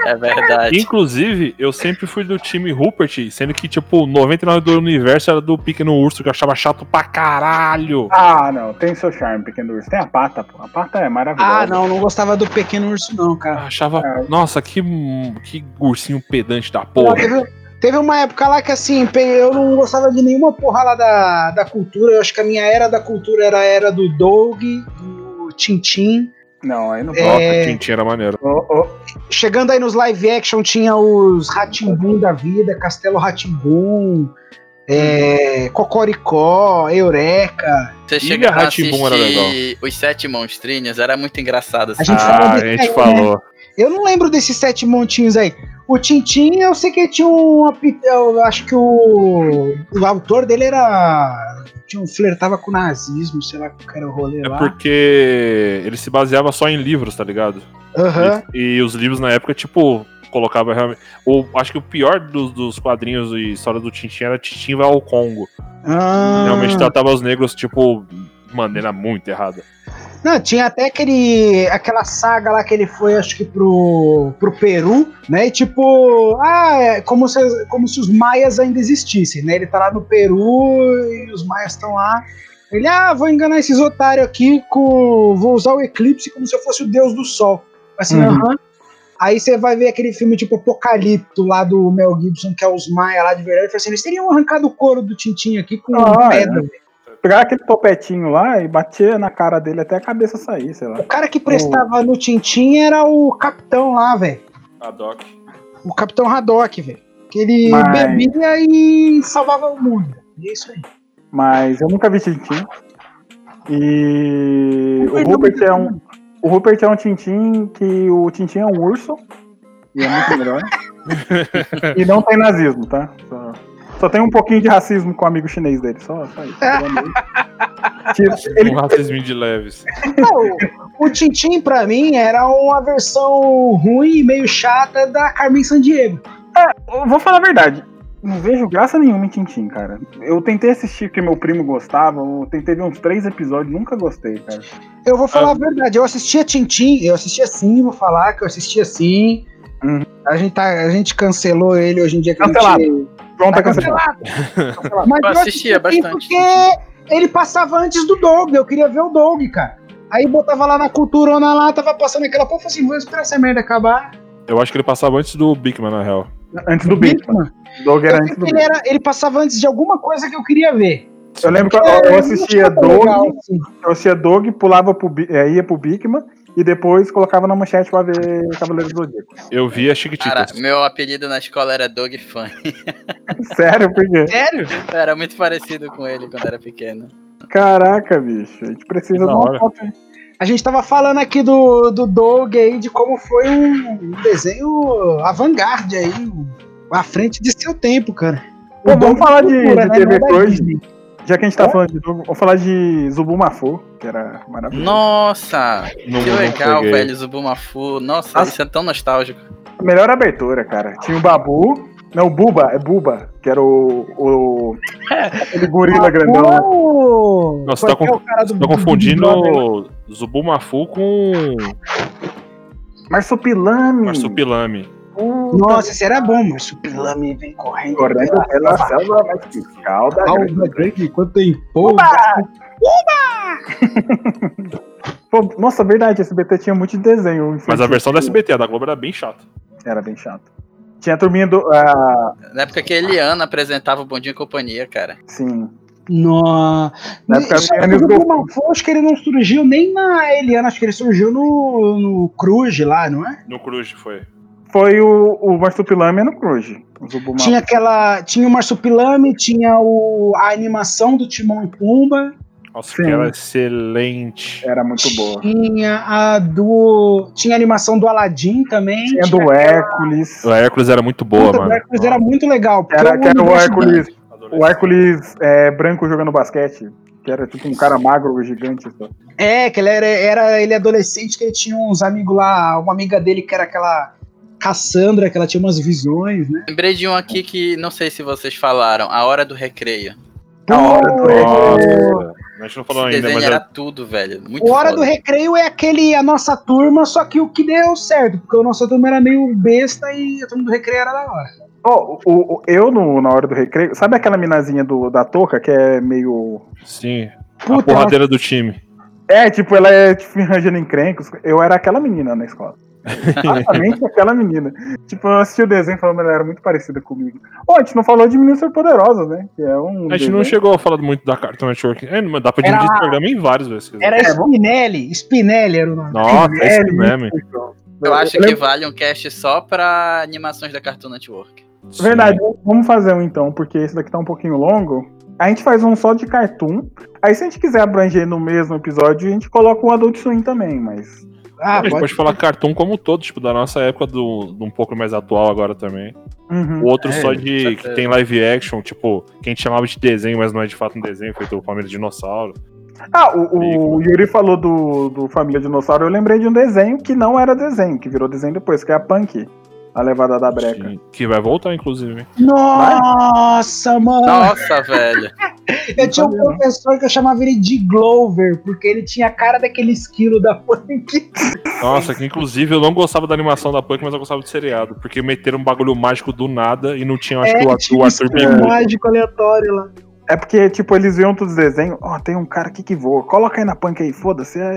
Speaker 4: É verdade.
Speaker 3: Inclusive, eu sempre fui do time Rupert, sendo que, tipo, 99 do universo era do Pequeno Urso, que eu achava chato pra caralho.
Speaker 1: Ah, não, tem seu charme, pequeno urso. Tem a pata, pô. A pata é maravilhosa.
Speaker 2: Ah, não, não gostava do Pequeno Urso, não, cara.
Speaker 3: Eu achava,
Speaker 1: É.
Speaker 3: nossa, que, que ursinho pedante da
Speaker 2: Não,
Speaker 3: porra.
Speaker 2: teve, teve uma época lá que assim, pe- eu não gostava de nenhuma porra lá da, da cultura. Eu acho que a minha era da cultura era a era do Doug, do Tintin.
Speaker 1: Não, aí não
Speaker 3: Nossa,
Speaker 2: É.
Speaker 3: Tintin era maneiro.
Speaker 1: Ô, ô,
Speaker 2: Chegando aí nos live action, tinha os Ratimbum da vida, Castelo Ratimbum, é, Cocoricó, Eureka.
Speaker 4: Você
Speaker 3: Ilha
Speaker 4: chega a assistir
Speaker 3: Rá-Tim-Bum era
Speaker 4: Os Sete Monstrinhos, era muito engraçado. Assim.
Speaker 2: A gente
Speaker 3: ah,
Speaker 2: falou
Speaker 3: a
Speaker 2: desse
Speaker 3: gente
Speaker 2: aí, né?
Speaker 3: falou.
Speaker 2: Eu não lembro desses sete montinhos aí. O Tintin, eu sei que tinha um. api- Eu acho que o, o autor dele era. Tinha um, flertava com o nazismo, sei lá que era o rolê
Speaker 3: É
Speaker 2: lá.
Speaker 3: porque ele se baseava só em livros, tá ligado?
Speaker 2: Aham.
Speaker 3: E, e os livros na época, tipo, colocava realmente. O, acho que o pior dos, dos quadrinhos e história do Tintin era Tintin vai ao Congo.
Speaker 2: Ah.
Speaker 3: Realmente tratava os negros, tipo, de maneira muito errada.
Speaker 2: Não, tinha até aquele, aquela saga lá que ele foi, acho que pro, pro Peru, né? E tipo, ah, é como se, como se os maias ainda existissem, né? Ele tá lá no Peru e os maias estão lá. Ele, ah, vou enganar esses otários aqui, com, vou usar o eclipse como se eu fosse o deus do sol. Assim,
Speaker 1: Uhum.
Speaker 2: aham. Aí você vai ver aquele filme tipo Apocalipto lá do Mel Gibson, que é os Maia lá de verdade. e fala Assim, eles teriam arrancado o couro do Tintin aqui com
Speaker 1: Ah, é.
Speaker 2: pedra.
Speaker 1: Pegava aquele topetinho lá e batia na cara dele até a cabeça sair, sei lá.
Speaker 2: O cara que prestava no Tintim era o capitão lá, velho.
Speaker 3: A Doc.
Speaker 2: O capitão Haddock, velho. Que ele
Speaker 1: Mas-
Speaker 2: bebia e salvava o mundo. É isso aí.
Speaker 1: Mas eu nunca vi Tintim. E o Rupert é um. O Rupert é um Tintim que o Tintim é um urso. E é muito melhor. e não tem nazismo, tá? Só, só tem um pouquinho de racismo com o amigo chinês dele, só, só isso. pelo amor de Deus. Tira-
Speaker 3: Um
Speaker 1: ele-
Speaker 3: racismo de leves.
Speaker 2: Não, o Tintim, pra mim, era uma versão ruim e meio chata da Carmen Sandiego.
Speaker 1: eu vou falar a verdade. Não vejo graça nenhuma em Tintim, cara. Eu tentei assistir que meu primo gostava, eu tentei ver uns três episódios, nunca gostei, cara.
Speaker 2: Eu vou falar
Speaker 3: Ah.
Speaker 2: a verdade, eu assistia Tintim, eu assistia sim, vou falar que eu assistia sim.
Speaker 1: Uhum.
Speaker 2: A, gente tá- a gente cancelou ele hoje em dia. Que não
Speaker 1: Cancelado.
Speaker 2: tinha-
Speaker 1: Pronto, tá
Speaker 2: Tá
Speaker 1: cancelado.
Speaker 2: Mas
Speaker 4: Eu assistia
Speaker 2: assisti
Speaker 4: bastante.
Speaker 2: Porque ele passava antes do Doug, eu queria ver o Doug, cara. Aí botava lá na culturona lá, tava passando aquela porra, falei assim, vou esperar essa merda acabar.
Speaker 3: Eu acho que ele passava antes do Bigman, na real.
Speaker 1: Antes do Big.
Speaker 2: Mano,
Speaker 1: Dog
Speaker 2: eu
Speaker 1: era
Speaker 2: sei
Speaker 1: antes
Speaker 2: que
Speaker 1: do Big.
Speaker 2: ele, era, ele passava antes de alguma coisa que eu queria ver.
Speaker 1: Eu lembro que eu,
Speaker 2: É,
Speaker 1: eu
Speaker 2: não
Speaker 1: assistia
Speaker 2: achava legal,
Speaker 1: Dog,
Speaker 2: assim.
Speaker 1: eu assistia Dog, pulava pro Bi- eh, ia pro Bigman e depois colocava na manchete pra ver Cavaleiro do Zodíaco.
Speaker 3: Eu via Chiquititas.
Speaker 4: Cara, meu apelido na escola era Dog Fan.
Speaker 1: Sério, por quê?
Speaker 2: Sério?
Speaker 4: Eu era muito parecido com ele quando era pequeno.
Speaker 1: Caraca, bicho, a gente precisa
Speaker 3: Que
Speaker 1: de
Speaker 3: da
Speaker 1: uma
Speaker 3: hora.
Speaker 1: foto.
Speaker 2: A gente tava falando aqui do, do Doug aí, de como foi um, um desenho avant-garde aí, um- à frente de seu tempo, cara.
Speaker 1: Pô, vamos falar de,
Speaker 2: cultura,
Speaker 1: de
Speaker 2: né?
Speaker 1: TV
Speaker 2: Não é da
Speaker 1: Cruz.
Speaker 2: Disney.
Speaker 1: Já que a gente tá
Speaker 2: É?
Speaker 1: falando de jogo, vou falar de Zubumafu, que era maravilhoso.
Speaker 4: Nossa,
Speaker 3: Não-
Speaker 4: que
Speaker 3: não
Speaker 4: legal,
Speaker 3: peguei. Ah,
Speaker 4: velho, Zubumafu. Nossa,
Speaker 1: Nossa.
Speaker 4: isso é tão nostálgico.
Speaker 1: A melhor abertura, cara. Tinha o Babu. Não, o Buba, é Buba, que era o. o aquele gorila grandão.
Speaker 2: Pô,
Speaker 3: Nossa,
Speaker 2: foi
Speaker 3: tá
Speaker 2: até
Speaker 3: conf-
Speaker 2: o cara do
Speaker 3: Tô
Speaker 2: Big Brother.
Speaker 3: confundindo Zubumafu com
Speaker 1: Marsupilame.
Speaker 3: Marsupilame.
Speaker 1: Puta,
Speaker 2: Nossa, esse era bom, mas o Pilame vem correndo.
Speaker 1: Correndo pela selva mais fiscal da grande.
Speaker 2: Alba grande quanto empolga.
Speaker 1: Pô, Nossa, verdade, esse BT tinha muito desenho. infantil.
Speaker 3: Mas a versão da SBT, a da Globo era bem chata.
Speaker 1: Era bem chato. Tinha a turminha do. ah,
Speaker 4: Na época que a Eliana apresentava o Bondinho e Companhia, cara.
Speaker 1: sim.
Speaker 2: No...
Speaker 1: Na época
Speaker 2: Isso é
Speaker 1: era
Speaker 2: aí,
Speaker 1: menos
Speaker 2: o
Speaker 1: golpe.
Speaker 2: Malfo, acho que ele não surgiu nem na Eliana, acho que ele surgiu no, no Cruz lá, não é?
Speaker 3: No Cruz foi.
Speaker 1: Foi o, o Marsupilame no Cruz. O Zubumafu.
Speaker 2: Tinha aquela. Tinha o Marsupilame, tinha o, a animação do Timão e Pumba,
Speaker 3: Nossa,
Speaker 1: Sim.
Speaker 3: que era excelente.
Speaker 1: Era muito boa.
Speaker 2: tinha a do. Tinha a animação do Aladdin também.
Speaker 1: Tinha do Hércules.
Speaker 3: A Hércules era muito boa,
Speaker 2: Puta,
Speaker 3: mano.
Speaker 2: do Hércules era muito legal.
Speaker 1: Que era,
Speaker 2: porque
Speaker 1: que era o
Speaker 2: universo
Speaker 1: Hércules,
Speaker 3: Adorei.
Speaker 1: o Hércules é, branco jogando basquete. Que era tipo um cara magro, gigante. só.
Speaker 2: É, que ele era, era ele adolescente, que ele tinha uns amigos lá, uma amiga dele que era aquela Cassandra, que ela tinha umas visões, né?
Speaker 4: Lembrei de um aqui que não sei se vocês falaram, A Hora do Recreio.
Speaker 1: Da hora do
Speaker 3: Nossa. A gente não falou
Speaker 4: Esse
Speaker 3: ainda,
Speaker 4: desenho
Speaker 3: mas
Speaker 4: era
Speaker 3: era...
Speaker 4: tudo, velho. Muito
Speaker 2: O Hora
Speaker 4: foda.
Speaker 2: do Recreio é aquele a nossa turma, só que o que deu certo, porque a nossa turma era meio besta e a turma do Recreio era da hora.
Speaker 1: Ó, oh, o, o- eu, no- na hora do recreio, sabe aquela minazinha do, da touca que é meio.
Speaker 3: Sim. a
Speaker 2: Puta,
Speaker 3: porradeira do time.
Speaker 1: É, tipo, ela é tipo, arranjando encrencos. Eu era aquela menina na escola. Exatamente aquela menina. Tipo, eu assisti o desenho falando que ela era muito parecida comigo. Ó, a gente não falou de Meninas Superpoderosas, né? Que é um
Speaker 3: A gente não
Speaker 1: desenho-
Speaker 3: chegou assim, a falar muito da Cartoon Network. É, mas dá pra dividir esse programa em vários, velho. se quiser.
Speaker 2: era Spinelli, Spinelli era o nome.
Speaker 3: Nossa, é
Speaker 1: É,
Speaker 3: isso mesmo.
Speaker 4: Eu acho que
Speaker 1: lembro-
Speaker 4: vale um cast só pra animações da Cartoon Network.
Speaker 3: Sim.
Speaker 1: Verdade, vamos fazer um então, porque esse daqui tá um pouquinho longo. A gente faz um só de cartoon. Aí, se a gente quiser abranger no mesmo episódio, a gente coloca o Adult Swim também, mas.
Speaker 2: Ah,
Speaker 3: a gente
Speaker 2: pode-
Speaker 3: pode, falar cartoon como um todo, tipo, da nossa época, do, do um pouco mais atual agora também.
Speaker 1: Uhum.
Speaker 3: O outro
Speaker 4: É,
Speaker 3: só
Speaker 4: com
Speaker 3: de
Speaker 4: certeza.
Speaker 3: que tem live action, tipo, que a gente chamava de desenho, mas não é de fato um desenho, feito o Palmeiras Dinossauro.
Speaker 1: Ah, o, o Yuri falou do, do Família Dinossauro. Eu lembrei de um desenho que não era desenho, que virou desenho depois, que é a Punk, a levada da breca.
Speaker 3: Que, que vai voltar, inclusive.
Speaker 2: Nossa, mano.
Speaker 4: Nossa, velho.
Speaker 2: Eu tinha um
Speaker 1: sabia, não.
Speaker 2: professor que eu chamava ele de Glover, porque ele tinha a cara daquele esquilo da punk.
Speaker 3: Nossa, que inclusive eu não gostava da animação da Punk, mas eu gostava do seriado. Porque meteram um bagulho mágico do nada e não tinha, acho
Speaker 2: É,
Speaker 3: que o, Arthur-
Speaker 2: tinha
Speaker 3: o
Speaker 2: um
Speaker 3: Arthur
Speaker 2: esquilo
Speaker 3: Bicudo.
Speaker 2: mágico aleatório lá.
Speaker 1: É porque, tipo, eles viam todos os desenhos. Ó, tem um cara aqui que voa. Coloca aí na Punk aí, foda-se. É...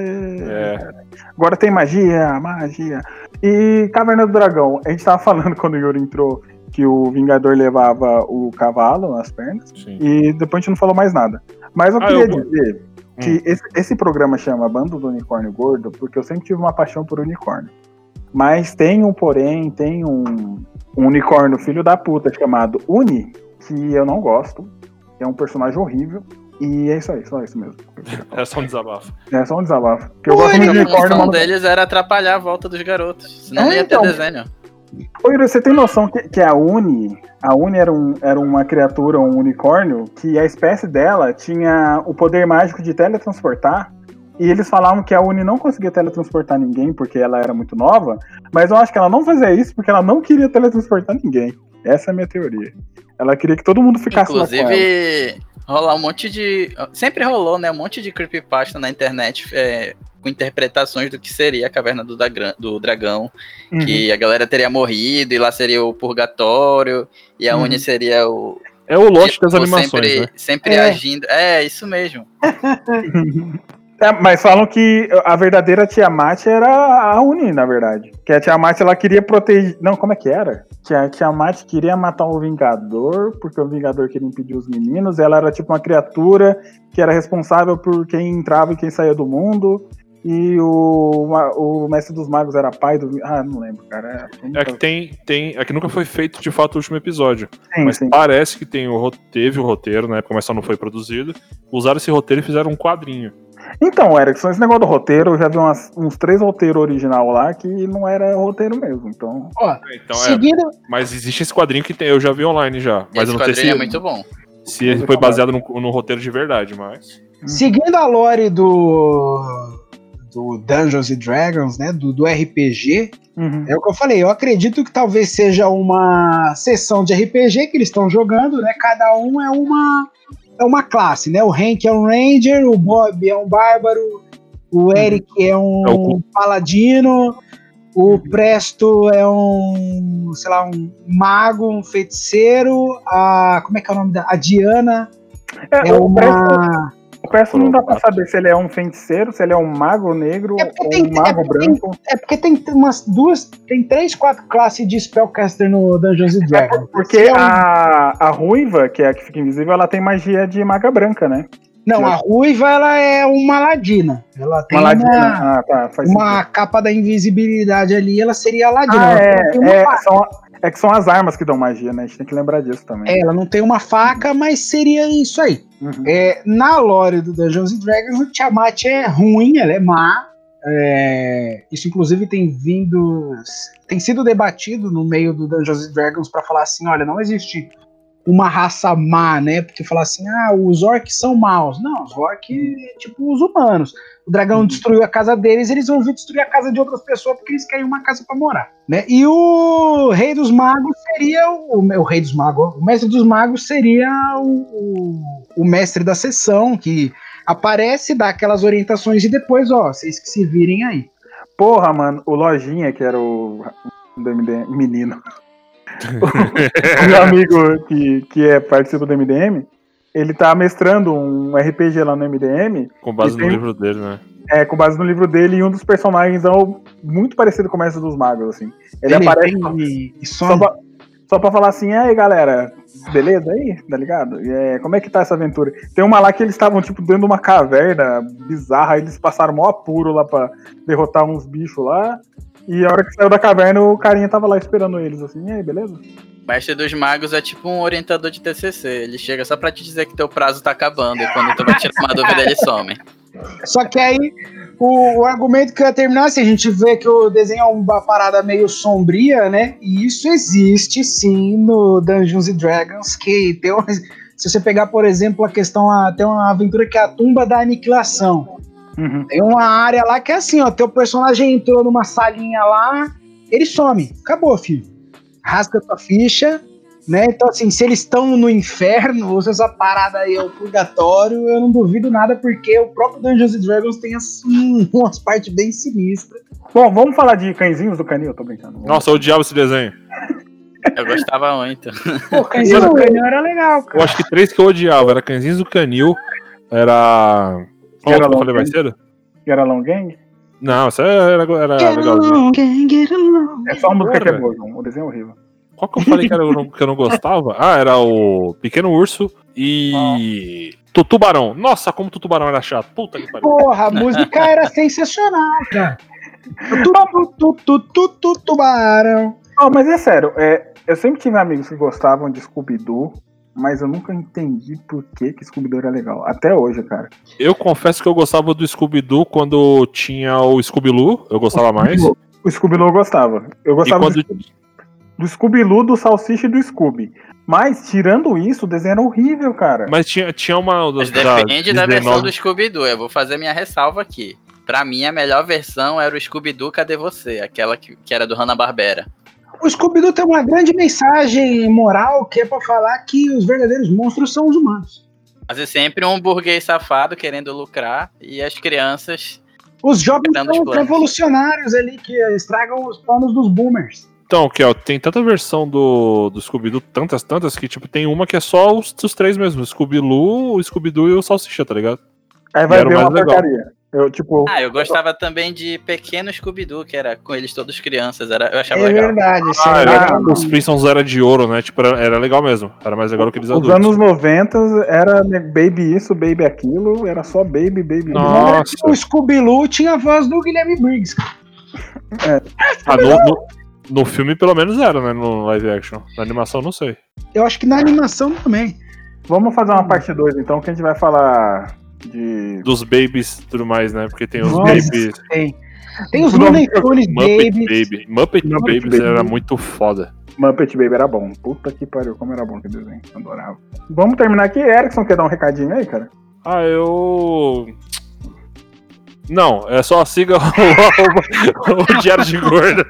Speaker 3: É,
Speaker 1: Agora tem magia, magia. E Caverna do Dragão. A gente tava falando quando o Yuri entrou que o Vingador levava o cavalo nas pernas.
Speaker 3: sim.
Speaker 1: E depois a gente não falou mais nada. Mas eu
Speaker 3: Ah,
Speaker 1: queria
Speaker 3: eu-
Speaker 1: dizer que esse, esse programa chama Bando do Unicórnio Gordo porque eu sempre tive uma paixão por unicórnio. Mas tem um porém, tem um, um unicórnio filho da puta chamado Uni, que eu não gosto. É um personagem horrível. E é isso aí, só isso mesmo.
Speaker 3: É só um desabafo.
Speaker 1: É só um desabafo. Porque eu
Speaker 2: Uni!
Speaker 1: gosto muito de
Speaker 4: A
Speaker 1: unicórnio,
Speaker 4: função
Speaker 1: mas
Speaker 4: Um deles era atrapalhar a volta dos garotos. Senão
Speaker 1: É,
Speaker 4: não ia ter
Speaker 1: então.
Speaker 4: desenho.
Speaker 1: Ô, Yuri, você tem noção que, que a Uni, a Uni era, um- era uma criatura, um unicórnio, que a espécie dela tinha o poder mágico de teletransportar. E eles falavam que a Uni não conseguia teletransportar ninguém porque ela era muito nova, mas eu acho que ela não fazia isso porque ela não queria teletransportar ninguém. Essa é a minha teoria. Ela queria que todo mundo ficasse lá com ela.
Speaker 4: Inclusive, rolar um monte de. Sempre rolou, né? Um monte de creepypasta na internet é, com interpretações do que seria a caverna do, Dagra- do dragão.
Speaker 1: Uhum.
Speaker 4: Que a galera teria morrido, e lá seria o purgatório, e a
Speaker 1: Uhum.
Speaker 4: Uni seria o.
Speaker 3: É o lote das
Speaker 4: tipo,
Speaker 3: animações,
Speaker 4: sempre,
Speaker 3: né?
Speaker 4: sempre
Speaker 2: É.
Speaker 4: agindo. É, isso mesmo.
Speaker 1: É, mas falam que a verdadeira Tiamat era a Uni, na verdade. Que a Tiamat ela queria proteger. Não, como é que era? Que a Tiamat queria matar o Vingador, porque o Vingador queria impedir os meninos. Ela era tipo uma criatura que era responsável por quem entrava e quem saía do mundo. E o, ma- o Mestre dos Magos era pai do. Vi- Ah, não lembro, cara.
Speaker 3: É que tem, tem. É que nunca foi feito de fato o último episódio.
Speaker 1: Sim,
Speaker 3: mas
Speaker 1: sim.
Speaker 3: né, parece que tem o, ro- teve o roteiro, na época, mas só não foi produzido. Usaram esse roteiro e fizeram um quadrinho.
Speaker 1: Então, Erickson, esse negócio do roteiro, eu já vi umas- uns três roteiros original lá que não era roteiro mesmo. Então,
Speaker 2: Ó,
Speaker 3: Então, é,
Speaker 2: seguindo,
Speaker 3: mas existe esse quadrinho que tem- eu já vi online já. Mas
Speaker 4: Esse
Speaker 3: eu não sei
Speaker 4: quadrinho
Speaker 3: se,
Speaker 4: é muito bom.
Speaker 3: se ele foi baseado no, no roteiro de verdade, mas.
Speaker 2: seguindo a lore do, do Dungeons and Dragons, né, do, do RPG,
Speaker 1: uhum.
Speaker 2: é o que eu falei, eu acredito que talvez seja uma sessão de RPG que eles estão jogando, né, cada um é uma é uma classe, né, o Hank é um ranger, o Bob é um bárbaro, o Eric é
Speaker 3: Uhum. É
Speaker 2: um
Speaker 3: o- Uhum.
Speaker 2: paladino, o Presto é um, sei lá, um mago, um feiticeiro, a, como é que é o nome da, a Diana
Speaker 1: é,
Speaker 2: é
Speaker 1: o Presto-
Speaker 2: uma...
Speaker 1: o Presto não dá pra saber se ele é um feiticeiro, se ele é um mago negro
Speaker 2: É porque
Speaker 1: ou
Speaker 2: tem-
Speaker 1: um mago
Speaker 2: é porque tem-
Speaker 1: branco.
Speaker 2: É porque tem umas duas, tem três, quatro classes de Spellcaster no Dungeons and Dragons.
Speaker 1: Porque
Speaker 2: Se é um-
Speaker 1: a, a ruiva, que é a que fica invisível, ela tem magia de maga branca, né?
Speaker 2: Não, a ruiva ela é uma ladina. Ela tem
Speaker 1: Uma
Speaker 2: uma,
Speaker 1: ladina. Ah, tá. Faz
Speaker 2: uma capa da invisibilidade ali, ela seria a ladina.
Speaker 1: Ah,
Speaker 2: ela,
Speaker 1: é,
Speaker 2: não tem uma
Speaker 1: é,
Speaker 2: faca.
Speaker 1: são, é que são as armas que dão magia, né? A gente tem que lembrar disso também.
Speaker 2: É, ela não tem uma faca, mas seria isso aí.
Speaker 1: Uhum.
Speaker 2: É, na lore do Dungeons and Dragons, o Tiamat é ruim, ela é má. É, isso, inclusive, tem vindo. tem sido debatido no meio do Dungeons and Dragons pra falar assim: olha, não existe uma raça má, né? Porque falar assim, ah, os orcs são maus. Não, os orcs é tipo os humanos. O
Speaker 1: Uhum.
Speaker 2: dragão destruiu a casa deles, eles vão vir destruir a casa de outras pessoas porque eles querem uma casa pra morar, né? E o rei dos magos seria o, o rei dos magos, ó, o mestre dos magos seria o, o, o mestre da sessão que aparece, dá aquelas orientações e depois, ó, vocês que se virem aí.
Speaker 1: Porra, mano, o Lojinha, que era o do MDM, menino. o meu amigo que, que é, participa do MDM, ele tá mestrando um RPG lá no MDM,
Speaker 3: Com base
Speaker 1: E
Speaker 3: no
Speaker 1: tem-
Speaker 3: livro dele, né?
Speaker 1: é, com base no livro dele, e um dos personagens é o- muito parecido com o Mestre dos Magos, assim. Ele, aparece
Speaker 2: vem e, e
Speaker 1: só
Speaker 2: some.
Speaker 1: pra, só pra falar assim, aí galera, beleza aí? Tá ligado? E, é, como é que tá essa aventura? Tem uma lá que eles estavam, tipo, dentro de uma caverna bizarra, aí eles passaram mó apuro lá pra derrotar uns bichos lá. E a hora que saiu da caverna, o carinha tava lá esperando eles, assim, e aí, beleza?
Speaker 4: Mestre dos Magos é tipo um orientador de TCC. Ele chega só pra te dizer que teu prazo tá acabando e quando tu vai tirar uma dúvida ele some.
Speaker 2: Só que aí o, o argumento que eu ia terminar, assim, a gente vê que o desenho é uma parada meio sombria, né? E isso existe sim no Dungeons and Dragons, que tem uma, se você pegar, por exemplo, a questão, a, tem uma aventura que é a tumba da aniquilação.
Speaker 1: Uhum.
Speaker 2: Tem uma área lá que é assim, ó. Teu personagem entrou numa salinha lá, ele some. Acabou, filho. Rasga tua ficha, né? Então, assim, se eles estão no inferno, ou se essa parada aí é o purgatório, eu não duvido nada, porque o próprio Dungeons and Dragons tem assim, umas partes bem sinistras.
Speaker 1: Bom, vamos falar de cãezinhos do canil, tô brincando.
Speaker 3: Nossa, eu odiava esse desenho.
Speaker 4: Eu gostava muito.
Speaker 2: Pô,
Speaker 1: Cãezinhos do Canil era legal,
Speaker 3: Eu
Speaker 1: cara.
Speaker 3: acho que três que eu odiava. Era Cãezinhos do Canil. Era. Qual
Speaker 1: Era né?
Speaker 3: outro que eu falei mais
Speaker 1: Long
Speaker 3: cedo?
Speaker 1: Era Long Gang?
Speaker 3: Não, essa era, era legalzinho.
Speaker 1: É só a música que é
Speaker 3: Porra.
Speaker 1: boa, João. O desenho é horrível.
Speaker 3: Qual que eu falei que, era, o nome que eu não gostava? Ah, era o Pequeno Urso e. Tutubarão. Nossa, como Tutubarão era chato. Puta que pariu.
Speaker 2: Porra, a música era sensacional, cara. Tu, tu, tu, tu, tu, tubarão.
Speaker 1: Ah, mas é sério, é, eu sempre tive amigos que gostavam de Scooby-Doo, mas eu nunca entendi por que, que Scooby-Doo era legal. Até hoje, cara.
Speaker 3: Eu confesso que eu gostava do Scooby-Doo quando tinha o Scooby-Loo. Eu gostava mais. E
Speaker 1: O Scooby-Doo eu gostava. Eu gostava
Speaker 3: quando.
Speaker 1: do Scooby-Loo, do Salsicha e do Scooby. Mas, tirando isso, o desenho era horrível, cara.
Speaker 3: Mas tinha, tinha uma.
Speaker 4: Mas
Speaker 3: das-
Speaker 4: depende da versão
Speaker 3: 19.
Speaker 4: do Scooby-Doo. Eu vou fazer minha ressalva aqui. Pra mim, a melhor versão era o Scooby-Doo Cadê Você? Aquela que, que era do Hanna-Barbera.
Speaker 2: O Scooby-Doo tem uma grande mensagem moral que é pra falar que os verdadeiros monstros são os humanos.
Speaker 4: Mas é sempre um burguês safado querendo lucrar e as crianças.
Speaker 2: Os jovens
Speaker 4: Grandes
Speaker 2: são os
Speaker 4: planos.
Speaker 2: revolucionários ali que estragam os planos dos boomers.
Speaker 3: Então, Kel, tem tanta versão do, do Scooby-Doo, tantas, tantas, que tipo, tem uma que é só os, os três mesmo: o Scooby-Loo, o Scooby-Doo e o Salsicha, tá ligado?
Speaker 1: Aí vai
Speaker 3: era
Speaker 1: ver
Speaker 3: o
Speaker 1: uma
Speaker 3: mais legal.
Speaker 1: porcaria. Eu, tipo,
Speaker 4: Ah, eu gostava também de Pequeno Scooby-Doo, que era com eles todos crianças. Era, eu
Speaker 2: É
Speaker 4: achava legal.
Speaker 2: verdade. isso
Speaker 3: Ah,
Speaker 2: é
Speaker 3: era,
Speaker 2: verdade.
Speaker 3: os Prinsons era de ouro, né? Tipo, era, era legal mesmo. Era mais legal do que eles
Speaker 1: os
Speaker 3: adultos.
Speaker 1: anos 90 era né, baby isso, baby aquilo, era só baby, baby.
Speaker 3: Nossa.
Speaker 2: Lembra que O Scooby-Loo tinha a voz do Guilherme Briggs.
Speaker 3: Ah, no, no- no filme, pelo menos era, né? No live action. Na animação, não sei.
Speaker 2: Eu acho que na animação também.
Speaker 1: Vamos fazer uma parte 2, então, que a gente vai falar de.
Speaker 3: Dos babies e tudo mais, né? Porque tem os
Speaker 2: Nossa,
Speaker 3: babies.
Speaker 2: Tem. Tem os
Speaker 1: Não,
Speaker 2: Looney Tunes
Speaker 3: Muppet
Speaker 2: Babies.
Speaker 3: Baby. Muppet,
Speaker 1: Muppet
Speaker 3: Babies
Speaker 1: Babies.
Speaker 3: era muito foda.
Speaker 1: Muppet Baby era bom. Puta que pariu, como era bom aquele desenho. Adorava. Vamos terminar aqui. Erickson quer dar um recadinho aí, cara?
Speaker 3: Ah, eu. Não, é só siga o, o- o Diário de Gordo.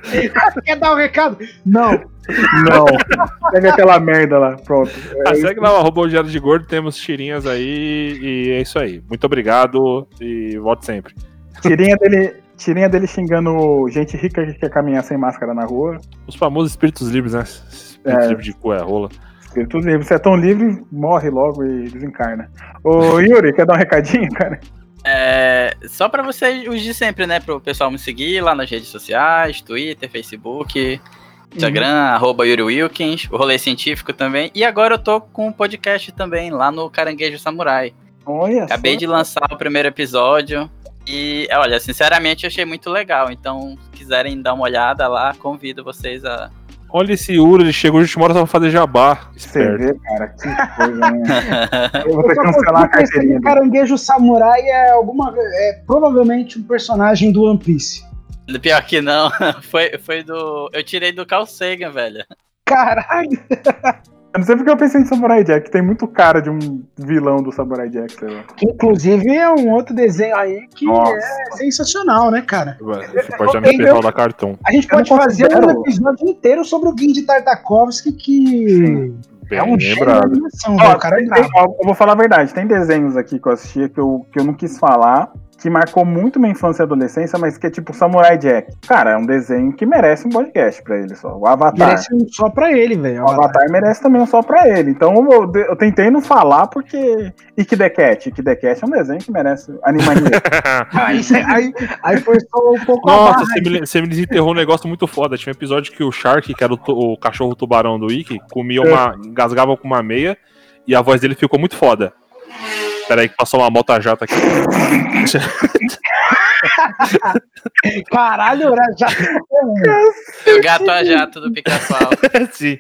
Speaker 2: Quer dar um recado? Não.
Speaker 1: Não. Pega aquela merda lá. Pronto.
Speaker 3: Ah, segue lá o arroba o Diário de Gordo, temos tirinhas aí e é isso aí. Muito obrigado e volte sempre.
Speaker 1: Tirinha dele, tirinha dele xingando gente rica que quer caminhar sem máscara na rua.
Speaker 3: Os famosos espíritos livres, né? Espíritos
Speaker 1: É.
Speaker 3: livres de cu é rola.
Speaker 1: Espírito livre. Você é tão livre, morre logo e desencarna. Ô, Yuri, quer dar um recadinho, cara?
Speaker 4: É, só pra vocês, os de sempre, né? Pro pessoal me seguir lá nas redes sociais, Twitter, Facebook, Instagram,
Speaker 2: Uhum.
Speaker 4: arroba Yuri Wilkins, o Rolê Científico também. E agora eu tô com um podcast também, lá no Caranguejo Samurai.
Speaker 1: Olha só.
Speaker 4: Acabei de lançar o primeiro episódio e, olha, sinceramente achei muito legal. Então, se quiserem dar uma olhada lá, convido vocês a...
Speaker 3: Olha esse Uro, ele chegou de última hora só pra fazer jabá.
Speaker 1: Você
Speaker 3: Esperto.
Speaker 1: vê, cara, que coisa, né? Eu vou ter que cancelar a
Speaker 2: Eu pensei
Speaker 1: carteirinha
Speaker 2: que Caranguejo Samurai é alguma. É provavelmente um personagem do One Piece.
Speaker 4: Pior que não, foi, foi do... Eu tirei do Carl Sagan, velho.
Speaker 2: Caralho!
Speaker 1: Eu não sei porque eu pensei em Samurai Jack. Tem muito cara de um vilão do Samurai Jack, sei lá.
Speaker 2: Que, Inclusive é um outro desenho aí que
Speaker 1: Nossa.
Speaker 2: é sensacional, né, cara?
Speaker 3: Você pode já me pessoal da Cartoon.
Speaker 2: A gente
Speaker 1: Eu
Speaker 2: pode
Speaker 1: não
Speaker 2: fazer um
Speaker 1: considero-
Speaker 2: episódio inteiro sobre o Gin de Tartakovsky, que
Speaker 1: Sim.
Speaker 3: Bem
Speaker 2: é um gênio da
Speaker 3: lembrado.
Speaker 2: animação,
Speaker 1: Ó,
Speaker 2: velho. o cara é
Speaker 1: tem-
Speaker 2: brabo.
Speaker 1: ó, eu vou falar a verdade, tem desenhos aqui que eu assistia que eu, que eu não quis falar, que marcou muito minha infância e adolescência, mas que é tipo Samurai Jack. Cara, é um desenho que merece um podcast pra ele só. O Avatar.
Speaker 2: Merece um só pra ele, velho.
Speaker 1: O Avatar merece também um só pra ele. Então eu, de- eu tentei não falar porque. E que The Cat? Que The Cat é um desenho que merece Animania.
Speaker 2: Aí, aí, aí forçou um pouco a
Speaker 3: Nossa,
Speaker 2: barra.
Speaker 3: você me, você me desenterrou um negócio muito foda. Tinha um episódio que o Shark, que era o, tu- o cachorro tubarão do Wiki, comia uma. engasgava com uma meia e a voz dele ficou muito foda. Peraí, que passou uma moto jata aqui.
Speaker 2: Caralho, já.
Speaker 4: O gato a jato do pica-pau.
Speaker 3: Sim.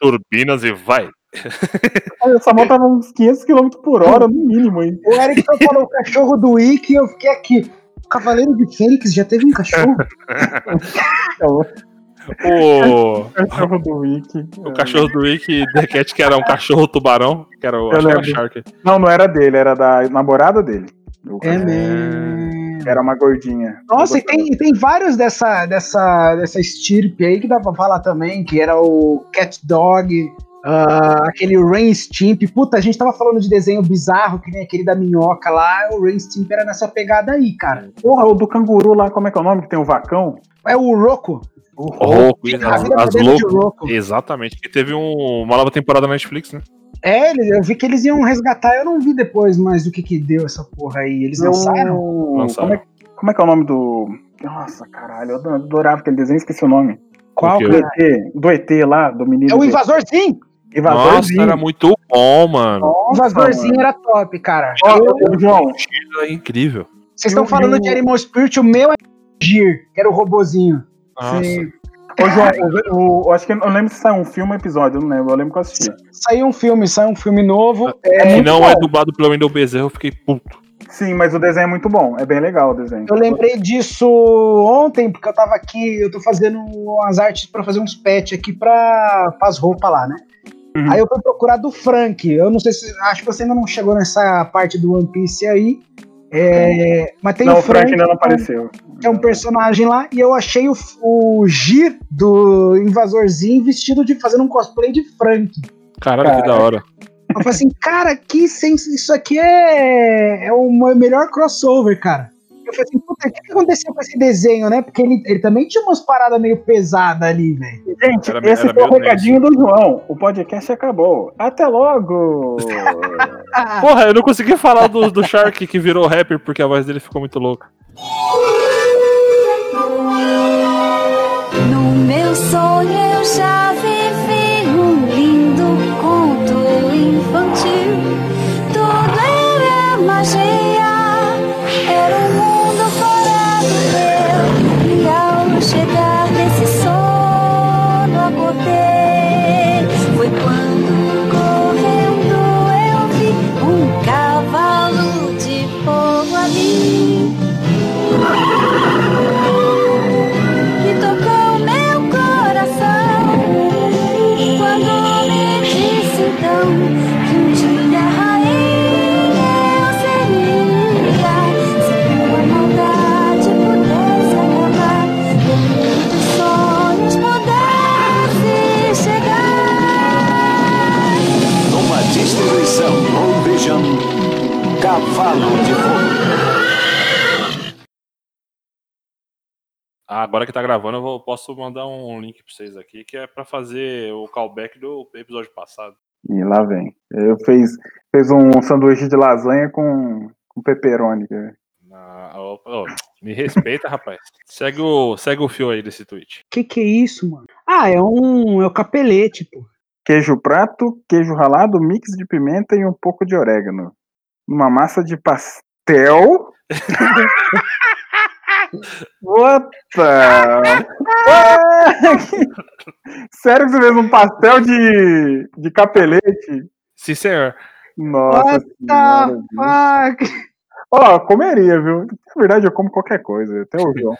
Speaker 3: Turbinas e vai.
Speaker 1: Essa moto tava uns 500 km por hora, no mínimo, hein?
Speaker 2: O Erickson falou o cachorro do Wiki e eu fiquei aqui. O Cavaleiro de Fênix já teve um cachorro?
Speaker 3: O,
Speaker 1: O cachorro do Wiki.
Speaker 3: o cachorro do Wiki, The Cat, que era um cachorro tubarão, que era o
Speaker 1: Eu
Speaker 3: acho que era
Speaker 1: lembro.
Speaker 3: Shark.
Speaker 1: Não, não era dele, era da namorada dele. O
Speaker 2: É
Speaker 1: cachorro.
Speaker 2: mesmo.
Speaker 1: Era uma gordinha.
Speaker 2: Nossa, e tem, e tem vários dessa, dessa, dessa estirpe aí que dá pra falar também, que era o Cat Dog, ah, aquele Rain Stimp. Puta, a gente tava falando de desenho bizarro, que nem aquele da minhoca lá, o Rain Stimp era nessa pegada aí, cara.
Speaker 1: Porra, o do canguru lá, como é que é o nome? Que tem o vacão?
Speaker 2: É o Rocco.
Speaker 1: O
Speaker 2: Oh,
Speaker 3: Rouco,
Speaker 2: A
Speaker 3: Oh, as,
Speaker 2: vida
Speaker 3: as
Speaker 2: moderna de
Speaker 3: loucas.
Speaker 2: Rocco.
Speaker 3: Exatamente. Que teve um- uma nova temporada na Netflix, né?
Speaker 2: É, eles- eu vi que eles iam resgatar, eu não vi depois mais o que que deu essa porra aí. Eles
Speaker 1: Não,
Speaker 2: lançaram?
Speaker 1: Como, é, como é que é o nome do. Nossa, caralho, eu adorava aquele desenho, esqueci o nome.
Speaker 2: Qual,
Speaker 3: quê?
Speaker 1: Do
Speaker 2: cara?
Speaker 1: ET, do ET lá, do menino.
Speaker 2: É o
Speaker 1: do-
Speaker 2: Invasorzinho!
Speaker 3: Nossa,
Speaker 1: Invasorzinho.
Speaker 3: era muito bom, mano.
Speaker 2: O
Speaker 1: Nossa,
Speaker 2: Invasorzinho era top, cara.
Speaker 1: mano.
Speaker 2: Eu-
Speaker 1: Ó, ô, João,
Speaker 3: É incrível.
Speaker 2: Vocês estão
Speaker 1: eu-
Speaker 2: falando
Speaker 1: eu-
Speaker 2: de Animal Spirit, o meu é Gir, que era o robozinho.
Speaker 3: Nossa.
Speaker 2: Sim.
Speaker 1: ô, João o- o- eu acho que eu lembro se saiu um filme ou episódio, eu não lembro, eu lembro que eu assisti.
Speaker 2: Saiu um filme, saiu um filme novo.
Speaker 1: Ah,
Speaker 3: Se
Speaker 2: É,
Speaker 3: não é dublado pelo Wendel Bezerra, eu fiquei puto.
Speaker 1: Sim, mas o desenho é muito bom, é bem legal o desenho.
Speaker 2: eu lembrei disso ontem, porque eu tava aqui, eu tô fazendo umas artes pra fazer uns patch aqui pra as roupas lá, né?
Speaker 1: Uhum.
Speaker 2: Aí eu fui procurar do Frank. Eu não sei se. Acho que você ainda não chegou nessa parte do One Piece aí. É, mas tem
Speaker 1: não,
Speaker 2: o Frank,
Speaker 1: ainda não
Speaker 2: que é um-
Speaker 1: apareceu.
Speaker 2: que é um personagem lá, e eu achei o, o Gir do Invasorzinho vestido de fazendo um cosplay de Frank.
Speaker 3: Caralho, que da hora.
Speaker 2: Eu falei assim, cara, que sens... isso aqui é... é o mo- melhor crossover, cara. Eu falei assim, puta, o que que aconteceu com esse desenho, né? Porque ele, ele também tinha umas paradas meio pesadas ali, velho.
Speaker 1: Gente,
Speaker 3: Era-
Speaker 1: esse
Speaker 3: era
Speaker 1: foi o
Speaker 3: meio
Speaker 1: recadinho do João. O podcast acabou. Até logo!
Speaker 2: Ah,
Speaker 3: Porra, eu não consegui falar do, do Shark que virou rapper porque a voz dele ficou muito louca.
Speaker 5: No meu sonho eu já vivi um lindo conto infantil. Tudo era magia, era um mundo fora do meu. E ao chegar nesse sono, acordei. Foi quando correndo eu vi um cavalo então um
Speaker 3: Ah, agora que tá gravando, eu vou- posso mandar um link pra vocês aqui, que é pra fazer o callback do episódio passado.
Speaker 1: E lá vem. Eu fiz, fez um sanduíche de lasanha com, com pepperoni. é quer ver?
Speaker 3: Na- ó, ó, me respeita, rapaz. Segue o, segue o fio aí desse tweet.
Speaker 2: Que que é isso, mano? Ah, é um. É o capelete, pô.
Speaker 1: Queijo prato, queijo ralado, mix de pimenta e um pouco de orégano. Uma massa de pastel. What the... Sério que você fez um pastel de, de capelete?
Speaker 3: Sim, senhor.
Speaker 1: Nossa
Speaker 2: What
Speaker 1: senhora. viu?
Speaker 2: Ah, que-
Speaker 1: Ó, comeria, viu? Na verdade, eu como qualquer coisa, até o João.